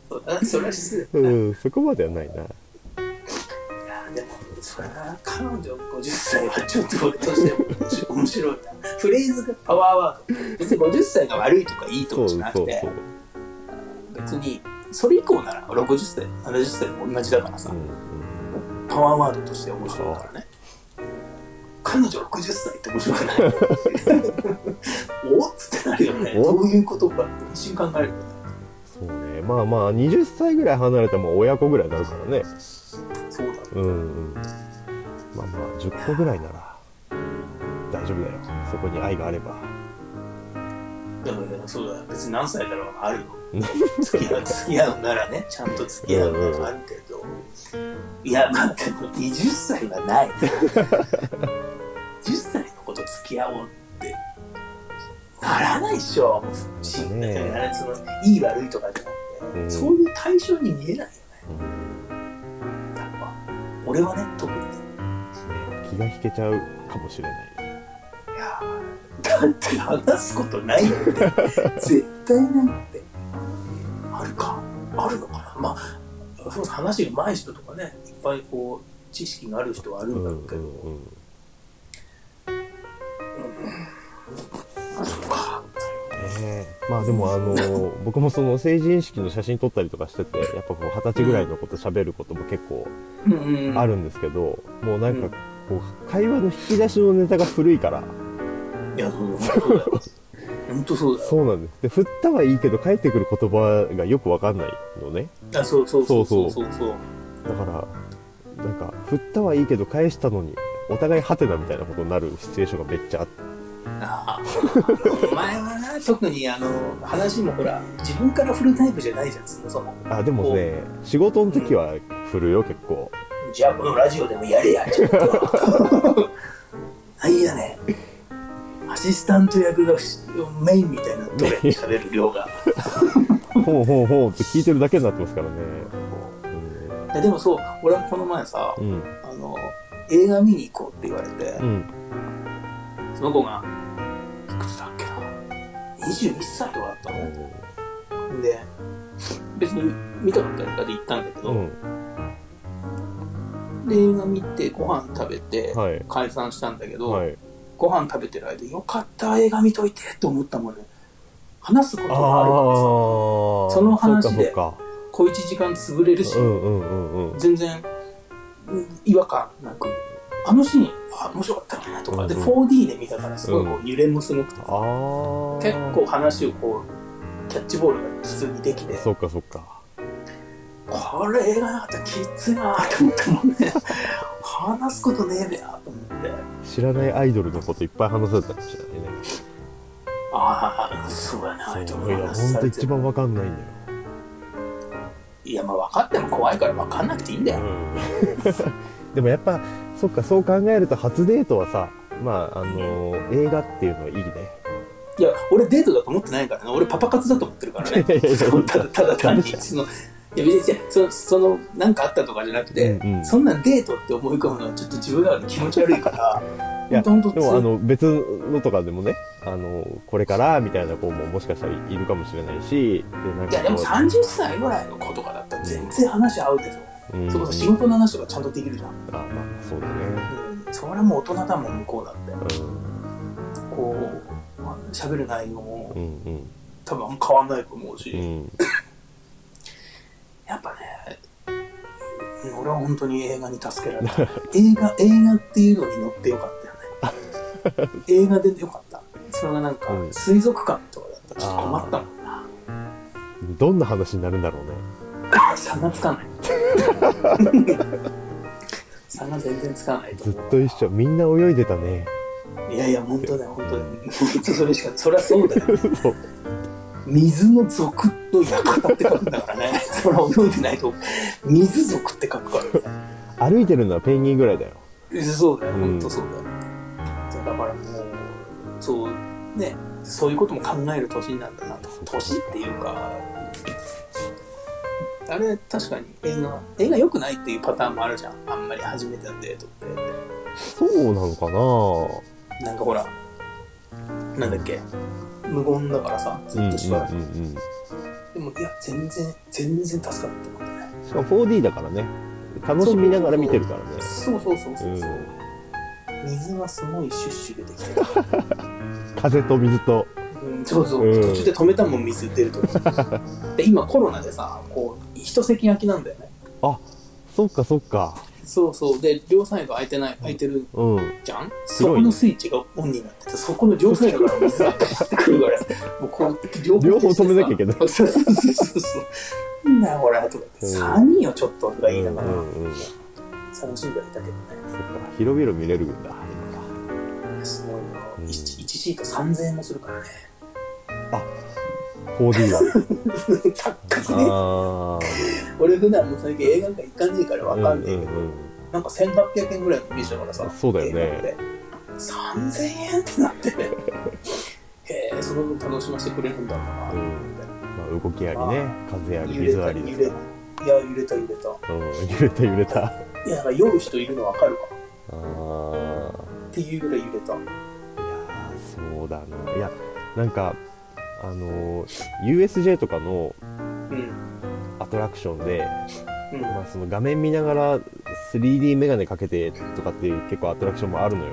そうだなそれは失礼
うんそこまではないな
あでもそれな彼女50歳はちょっと俺としても面白いなフレーズがパワーワード別に50歳が悪いとかいいと
そ
か
う
じ
そ
ゃ
う
な
そ
く
う
て別にそれ以降なら60歳70歳も同じだからさ、
うん
パワーワードとして面白いからね彼女60歳って面白くないおっつってなるよね
お
どういうことかって一瞬考えるよね
そうねまあまあ20歳ぐらい離れたらもう親子ぐらいになるからね
そうだね
うんうんまあまあ10個ぐらいなら大丈夫だよそこに愛があ れば
だからそうだよ別に何歳だろうがあるよ付き合う付き合うならねちゃんと付き合うならあるけどいやまあでも20歳はない10歳の子と付き合おうってならないでしょもうし
なんかね
だからそのいい悪いとかじゃなくて、
うん
そういう対象に見えないよねやっぱ俺はね特にね
気が引けちゃうかもしれない
いやだって話すことないって絶対ないってあるかあるのかなまあそう話が上手い人とかねいっぱいこう知識がある人はある
うんん
だ
う
ろ
ん
うけど、
うん
そうか
ねえまあでもあの僕もその成人式の写真撮ったりとかしててやっぱこう二十歳ぐらいの子と喋ることも結構
うんうん
あるんですけど、もうなんかこう会話の引き出しのネタが古いから
いやそうそうだよ本当そうだよ
そうなんですで振ったはいいけど返ってくる言葉がよくわかんないのね
あそうそうそうそうそうそう
だからなんか振ったはいいけど返したのにお互いハテナみたいなことになるシチュエーションがめっちゃあって
あーお前はな特にあの話もほら自分から振るタイプじゃないじゃんそもそも
あでもね仕事の時は振るよ結構
じゃあこのラジオでもやれやちょっとなんやねんアシスタント役が不思メインみたいになっとるやん喋る量が
ほうほうほうって聞いてるだけになってますからね
いやでもそう俺もこの前さ
うんうん
あの映画見に行こうって言われて、
うん
その子がいくつだっけな21歳とかだったので別に見たかった映画で行ったんだけ
う
ど、
ん
で映画見てご飯食べて、
はい
解散したんだけど、
はい
ご飯食べてる間よかった映画見といてって思ったもんね話すこと
あ
があるからさ
あ
その話で
そうか
小1時間潰れるし、
そうかうんうんうんうん
全然うん違和感なくあのシーンあ面白かったなとか、で
うん
4D で見たからすごいこう揺れもすごくて、
あー
結構話をこうキャッチボールが普通にできて
そうかそうか
これ映画なかったらきついなと思ったもんね話すことねえべやと思って
知らないアイドルのこといっぱい話されたかもしれないね
ああそうやなと
そ
思
う
い
いや
ま
ほん
す
と一番わかんないんだよ
いやまあ分かっても怖いから分かんなくていいんだよ、
うん でもやっぱそっかそう考えると初デートはさまああの映画っていうのはいいね
いや俺デートだと思ってないからね俺パパ活だと思ってるからね
いやいやいや
ただただ単にそのいや別にそのそのなんかあったとかじゃなくて、
うんうん
そんなんデートって思い込むのはちょっと自分らで気持ち悪いから
いや
ほんと
で
ほんと
もあの別のとかでもねあのこれからみたいな子ももしかしたらいるかもしれないしでなん
いやでも
か
30歳ぐらいの子とかだったら全然話合うでしょ、
こううん
それこそ仕事の話とかちゃんとできるじゃん、
あまあそうだね
うん、それも大人だもん向こうだって
うん
こうあの喋る内容も
うんうん
多分変わんないと思うし、
うん
やっぱねうん俺は本当に映画に助けられた映画映画っていうのに乗ってよかったよね映画でよかったそれがなんか
うん
水族館とかだったらちょっと困ったもんな
どんな話になるんだろうね
差がつかない差が全然つかないと
ず
思う
っと一緒みんな泳いでたね
いやいや本当だよ本当だよ本当それしかそりゃそうだよ
そう
水の族の館って書くんだからねそれは泳いでないと水族って書くから
歩いてるのはペンギンぐらいだよ
そうだよ、
うん
本当そうだよ。だからもう、そう、ね、そういうことも考える年なんだなと。年っていうか、あれ、確かに映画、映画良くないっていうパターンもあるじゃん。あんまり初めてのデートって。
そうなのかな
なんかほら、なんだっけ、無言だからさ、ずっとしばらく。
うんうんうんうん
でも、いや、全然、全然助かったことね。
しかも 4D だからね楽しみながら見てるからね
そうそうそうそうう。
ん
そう水がすごいシュッシュ出てきて。
風と水と
うんそうそう、
うん
途中で止めたもん水出ると思 うで今コロナでさこう一席空きなんだよね
あそっかそっか
そうそうで両サイド空いてない空いてる
うん
じゃん、そ
広いね
このスイッチがオンになっててそこの両サイドから水が出てくるか らもうこうやって両
両方止めなきゃいけない
そうそうそうそうそうなんだよこれとか
うん
寒いよちょっととか言いながら、
うんうんうんそっ
楽しんではいたけどね
か広々見れるんだ今
すごいな、
うん
1, シート3000円もするからね
4D は
高くね
あ
俺普段もう最近映画館行かねえから
あ
わかんねえけど、
うん
なんか1800円ぐらいのビジョンからさ、
そうだよね
映画って。3000円ってなって、 へえ、その分楽しませてくれるんだろうなと思って。
まあ、動きありね風あり
揺れ
水
た、
あ
揺
り
れた。い
ですか
や、揺れた、揺れた。
ら、うん、揺れた揺れたあ
いや、なんか酔う人いるのわかるか
あー
っていうぐらい揺れた。
いやーそうだないやなんかあのー USJ とかの
うん。
アトラクションで
うん。
まあ、その画面見ながら 3D メガネかけてとかっていう結構アトラクションもあるのよ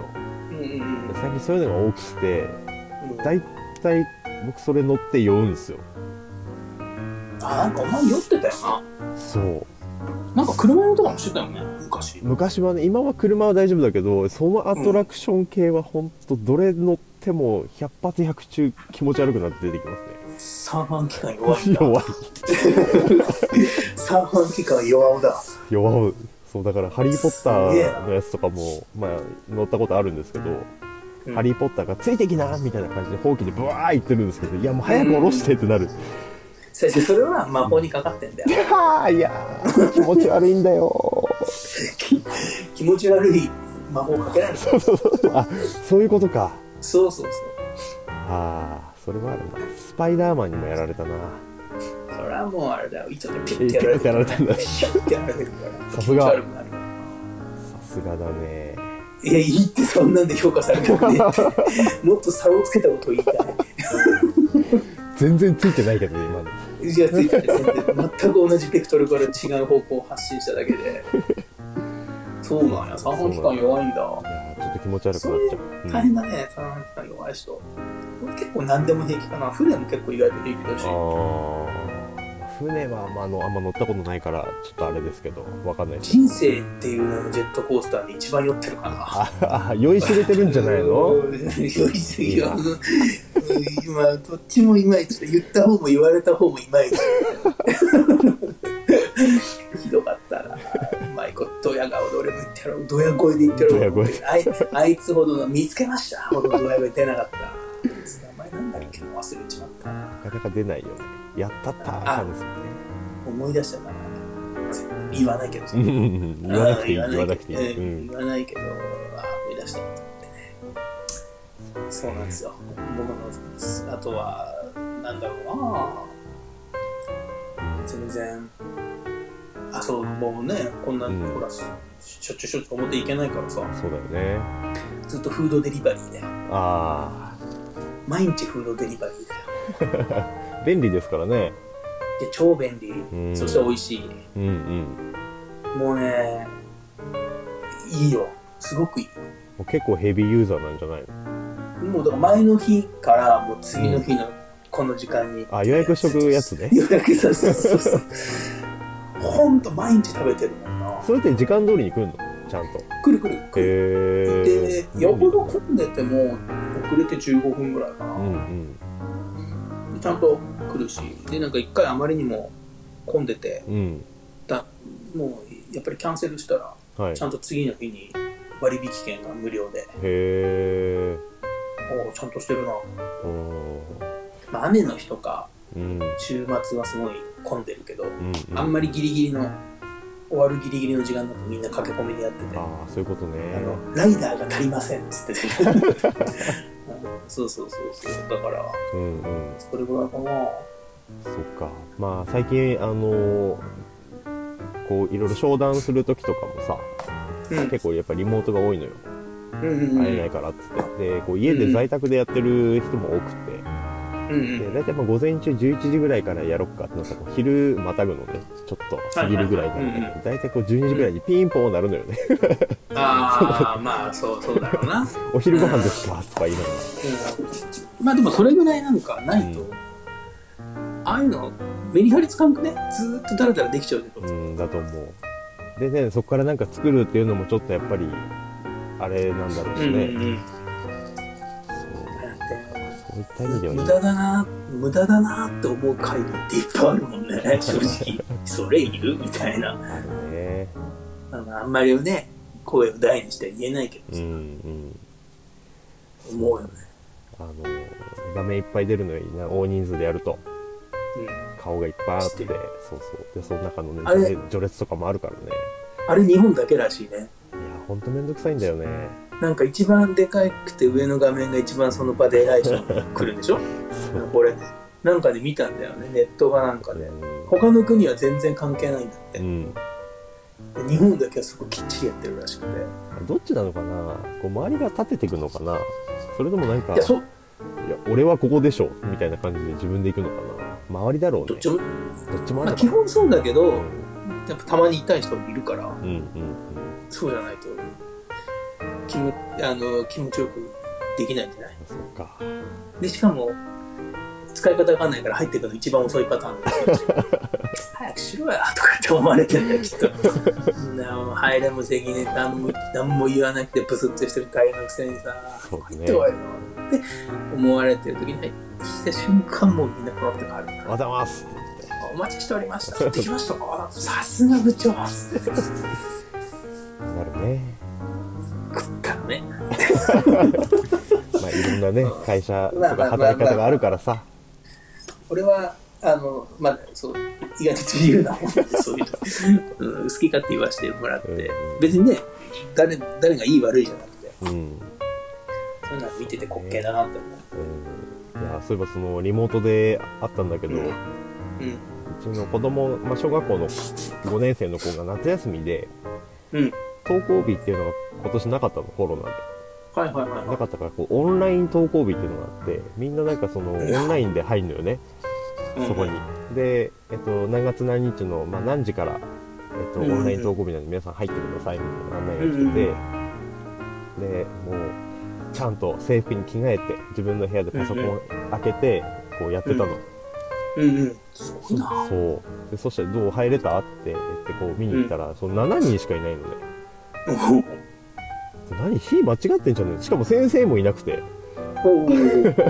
うんうんうん
で最近そういうのが多くて
うん。
大体僕それ乗って酔うんですよ
あ、なんかお前酔ってたよ
そう
な。なんか車のとかもしてたよね、昔。
昔はね今は車は大丈夫だけどそのアトラクション系は本当どれ乗っても100発100中気持ち悪くなって出てきま
三半期間 弱い
す
ん
ね
だ。
弱い
三半期間弱おだ。
弱うそうだから「ハリー・ポッタ
すげえな
ー」のやつとかも、まあ、乗ったことあるんですけど
うん
ハリー・ポッターが「ついてきな!」みたいな感じでほうきでブワー言ってるんですけどいやもう早く下ろしてってなる
先生、それは魔法にかかってんだよ。
はあいやー気持ち悪いんだよ
気持ち悪い魔法かけられた。
あそういうことか
そうそうそう。
ああそれはあるなスパイダーマンにもやられたな
それはもうあれだよ、糸でピ
え
ッ
ピ
てやら
ッ
れ
て
て
やら
る。
れたんだ
ピッてやられてるから。
さ
気持
すが
ち悪くなるから
さすがだね
いや、いいってそんなんで評価されてもね。 もっと差をつけたことを言いた
全然ついてないけどね今の
い。いや、ついてない全然全く同じベクトルから違う方向を発信しただけで。そうなんや、三半期間弱いんだ。
いやーちょっと気持ち悪くなっちゃう。
大変だね、サランさん弱い人。俺結構何でも平気かな。船も結構意外と平気だし。
うん、あー船は、まあ、あのあんま乗ったことないからちょっとあれですけどわかんないです
人生っていうジェットコースターで一番酔ってるかな。
ああ酔いしれてるんじゃないの
うん酔いすぎよ。今、どっちもいまいちだ言った方も言われた方もいまいち。ひどかったな。うまいこと、ドヤ顔で俺も言ってやろう。ドヤ声で言ってやろう。
ドヤ声
あいあいつほどの見つけましたほどドヤ声出なかった。あいつ名前なんだっけ忘れちまったな。
なかなか出ないよねやったったー
あ
なんですよね
思い出した名前。言わないけどさ
う。ん言わなくていい言わなくていい、う
うん
ん、
言わないけど、あ思い出したってね。そうなんですよ。僕の、あとは、なんだろうな全然、あ、そう、もうね、こんな、
うん
ほら、ししょっちゅうしょっちゅう表行けないからさ、
そうだよね
ずっとフードデリバリーで、
あ
毎日フードデリバリーで、
あ便利ですからね
で超便利、
ん
そして美味しい。
うんうん
もうね、いいよ。すごくいい。
もう結構ヘビーユーザーなんじゃないの
もうだから前の日からもう次の日のこの時間に、
あ予約しとくやつね
予約させそうそうほんと毎日食べてるもんな
それって時間通りに来るのちゃんと
くるくるくる、
へえ
でよほど混んでても遅れて15分ぐらいか
う
な、
んうん
ちゃんと来るしでなんか一回あまりにも混んでて
うん
だもうやっぱりキャンセルしたら
はい
ちゃんと次の日に割引券が無料で
へえ
おうちゃんとしてるな、
うん
まあ、雨の日とか
うん
週末はすごい混んでるけど、
うん
あんまりギリギリの終わるギリギリの時間だとみんな駆け込みでやってて、
ああそういうことね
あのライダーが足りませんっつっててそうそうそうそうだから
うんうん
それぐらいかな
そっかまあ最近あのーこういろいろ商談する時とかもさ
うん
結構やっぱリモートが多いのよ
うんうんうん
会えないからっつってでこう家で在宅でやってる人も多くて
うん
で大体まあ午前中11時ぐらいからやろっかってなったらこう昼またぐのねちょっと過ぎるぐらいから
はいはいはいうん
ね大体こう12時ぐらいにピンポンなるのよね
うんああまあそうそうだろうな、うん
お昼ご飯ですかとか言いながら
まあでもそれぐらいなんかないと、
うん
ああいうのメリハリつかんくねずーっとだらだらできちゃうけど、
うんだと思うでねそこからなんか作るっていうのもちょっとやっぱりあれなんだろうしね、
うんうんうん
そう
なんて
そういった意味ではいい
無駄だな無駄だなって思う回なんていっぱいあるもんね正直それいるみたいな
あるね
あのあんまりね声を大にしては言えないけど
う
さ、
んうん
思うよね、
あの画面いっぱい出るのいいな大人数でやると顔がいっぱいあっ
知
て
ってる
そうそうでその中のね
あれ
序列序列とかもあるからね
うん、あれ日本だけらしいね
いやほんとめんどくさいんだよね
なんか一番でかくて上の画面が一番その場で偉い人が来るんでしょ
そう
これなんかで見たんだよねネットがなんかで
う
他の国は全然関係ないんだって、で
ん、
日本だけはそこきっちりやってるらしくて
うん、どっちなのかなこう周りが立てていくのかなそれともなんか
いやそ
いや俺はここでしょみたいな感じで自分で行くのかな周りだろうね
どっちも、
どっちもあ
まあ、
る
基本そうだけ
う
ど
ん
やっぱたまに痛い人もいるから、
うんうん
そうじゃないと気もあの気持ちよくできないんじゃない
うんそっか
でしかも使い方わかんないから入ってくの一番遅いパターンで 早くしろやとかって思われてるよきっとなもう入れもせぎね何も何も言わなくてブスッとしてる大変のくせにさ
そう
入
ね
ってこいよって思われてる時に入ってきた瞬間もうみんなポロって変わる
おはようございます
お待ちしておりましたできましたかさすが部長
なるね
食ったのね
まあいろんな ね会社と
まあま
か
あ
働き方があるからさ
俺はあのまあそう意外と自由なもん でそういうの、うん、好き勝手言わせてもらって、
うん
別にね誰誰がいい悪いじゃなくて
うん
そういうのは見てて滑稽だなって思う、
うんいやそういえばそのリモートであったんだけど、
う
うん
うん
ちの子供、まあ、小学校の5年生の子が夏休みで
うん
登校日っていうのが今年なかったのコロナで
はいはいはい
な
は
かったからこうオンライン登校日っていうのがあってみんななんかそのオンラインで入るのよね
い
そこに
うん
で、えっと、何月何日の、まあ、何時から、えっと、
うんうん
オンライン投稿日なんで皆さん入ってくださいみたいな案内が来てて、でもうちゃんと制服に着替えて自分の部屋でパソコンを開けてこうやってたの、
うんうん。すごいな。
そうでそして「どう入れた?」って言ってこう見に行ったら、その7人しかいないので
お
で何日間違ってんじゃねえしかも先生もいなくて
お。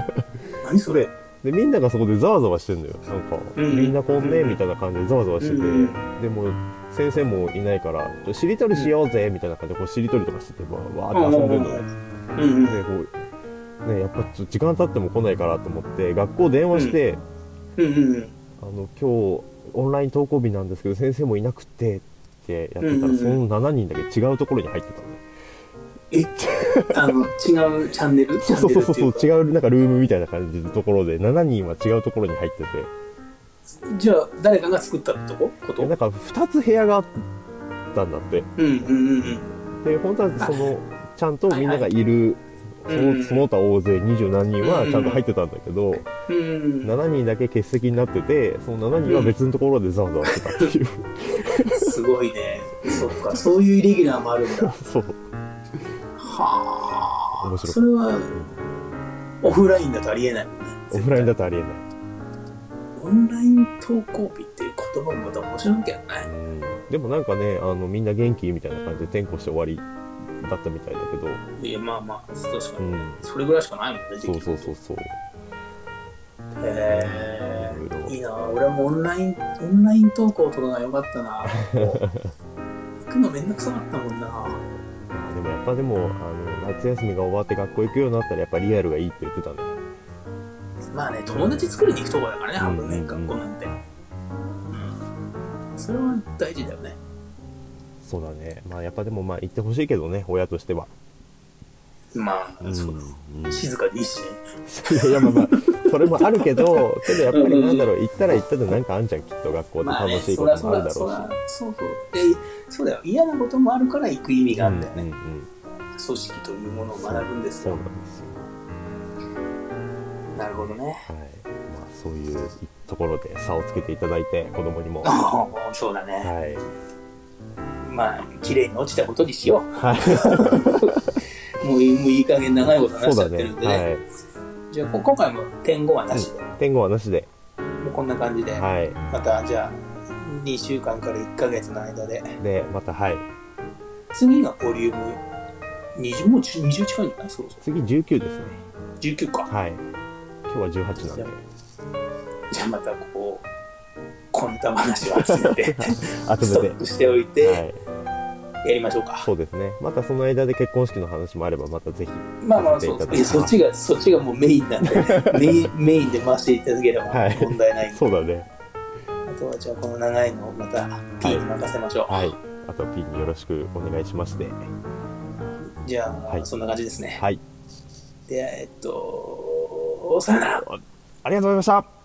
何それ。
でみんながそこでざわざわしてんのよなんか、
うんうん
みんなこんねみたいな感じでざわざわしてて、
うんうん
でもう先生もいないから「しりとりしようぜ」みたいな感じでこうしりとりとかしててわわーって遊んでるのね、
うんうん。
でこうねやっぱちょっと時間経っても来ないからと思って学校電話して、
うんうん。
あの今日オンライン登校日なんですけど先生もいなくてってや
う
ってた
んうんう
ら
ん
その7人だけ違うところに入ってた のね、
え、 あの、違うチャンネルチャ
そ
ン
う
ネ
そ
ル
う
ってい
そう
か
うそう違うなんかルームみたいな感じのところで7人は違うところに入ってて
じゃあ、誰かが作ったとここと
で
う
なんか2つ部屋があったんだって
んうんうんうん。
で本当はそのちゃんとみんながいるそ
はいはい
のその他大勢二十何人は
うん
ちゃんと入ってたんだけど、
うんうん。
7人だけ欠席になっててその7人は別のところでざわざわしてたっていう
すごいね。そうか、そういうイレギュラーもあるんだ。
そう
は
面
あ。
白い
それは、オフラインだとありえないもんね。
オフライン
だ。
だとありえない
オンライン登校日っていう言葉もまた面白いけどね。
うんでもなんかねあのみんな元気みたいな感じで転校して終わりだったみたいだけど、
いや、まあまあ、確か
う
に。
ん、
それぐらいしかないもんね、
そう
う。
そうそうそう
へえ。いいな俺もオンライン、オンライン登校とかが良かった な。行くのめんどくさかったもんな。
あでもやっぱでもあの夏休みが終わって学校行くようになったらやっぱリアルがいいって言ってたね
まあね、友達作りに行くとこだからね、
うん
半分ね、
うん
学校なんて。うんそれは大事だよね。
そうだねまあやっぱでもまあ行ってほしいけどね親としては
まあ、そうだ
うん
静かでいいしね。
いやいやまあまあそれもあるけどけどやっぱりなんだろう行ったら行ったでなんかあんじゃんきっと学校で
まあ
楽
ね、
しいこ
そ
と
りゃそり
もあるだ
ゃそり
ろ
ゃそうそう。で、そうだよ。嫌なこともあるから行く意味があるんだよ
う
ね。
しうんうんうん
組織というものを学ぶんです
そう
よ
な。んですよ
なるほど ね。
はいまあそういうところで差をつけていただいて子供にもは
ああそうだね。
い
まあ、綺麗に落ちたことにしよ
はい、
う。もういいもういい加減長いこと話
そう
しちゃ
だ
って
ね
るん。でね。
はい。
じゃあ、こ今回も点5はなしで、
天狗はなしで。
もうこんな感じで、
はい。
またじゃあ、2週間から1ヶ月の間で、
で、また、はい。
次がボリューム20、もう10 20近いんじゃないそうそ
次19ですね。
う。19か。
はい。今日は18なんで。
じゃあまたこう、コンタ話を集めて、
集
スト
め
ックしておいて、
て。はい。
やりましょうか。
そうですね。またその間で結婚式の話もあれば、またぜひ。
まあまあ
させ
そ
ていただ
う
き
い
ま
や
す
そっちがそっちがもうメインなん で、メインメインで回していただければ
はい
問題ないんで、
そうだね。
あとはじゃあこの長いのをまた P に任せましょう、
はい。あと、ピンによろしくお願いしまして。
じゃあ、
はい
そんな感じですね
はい。
でえっとさよなら
ありがとうございました。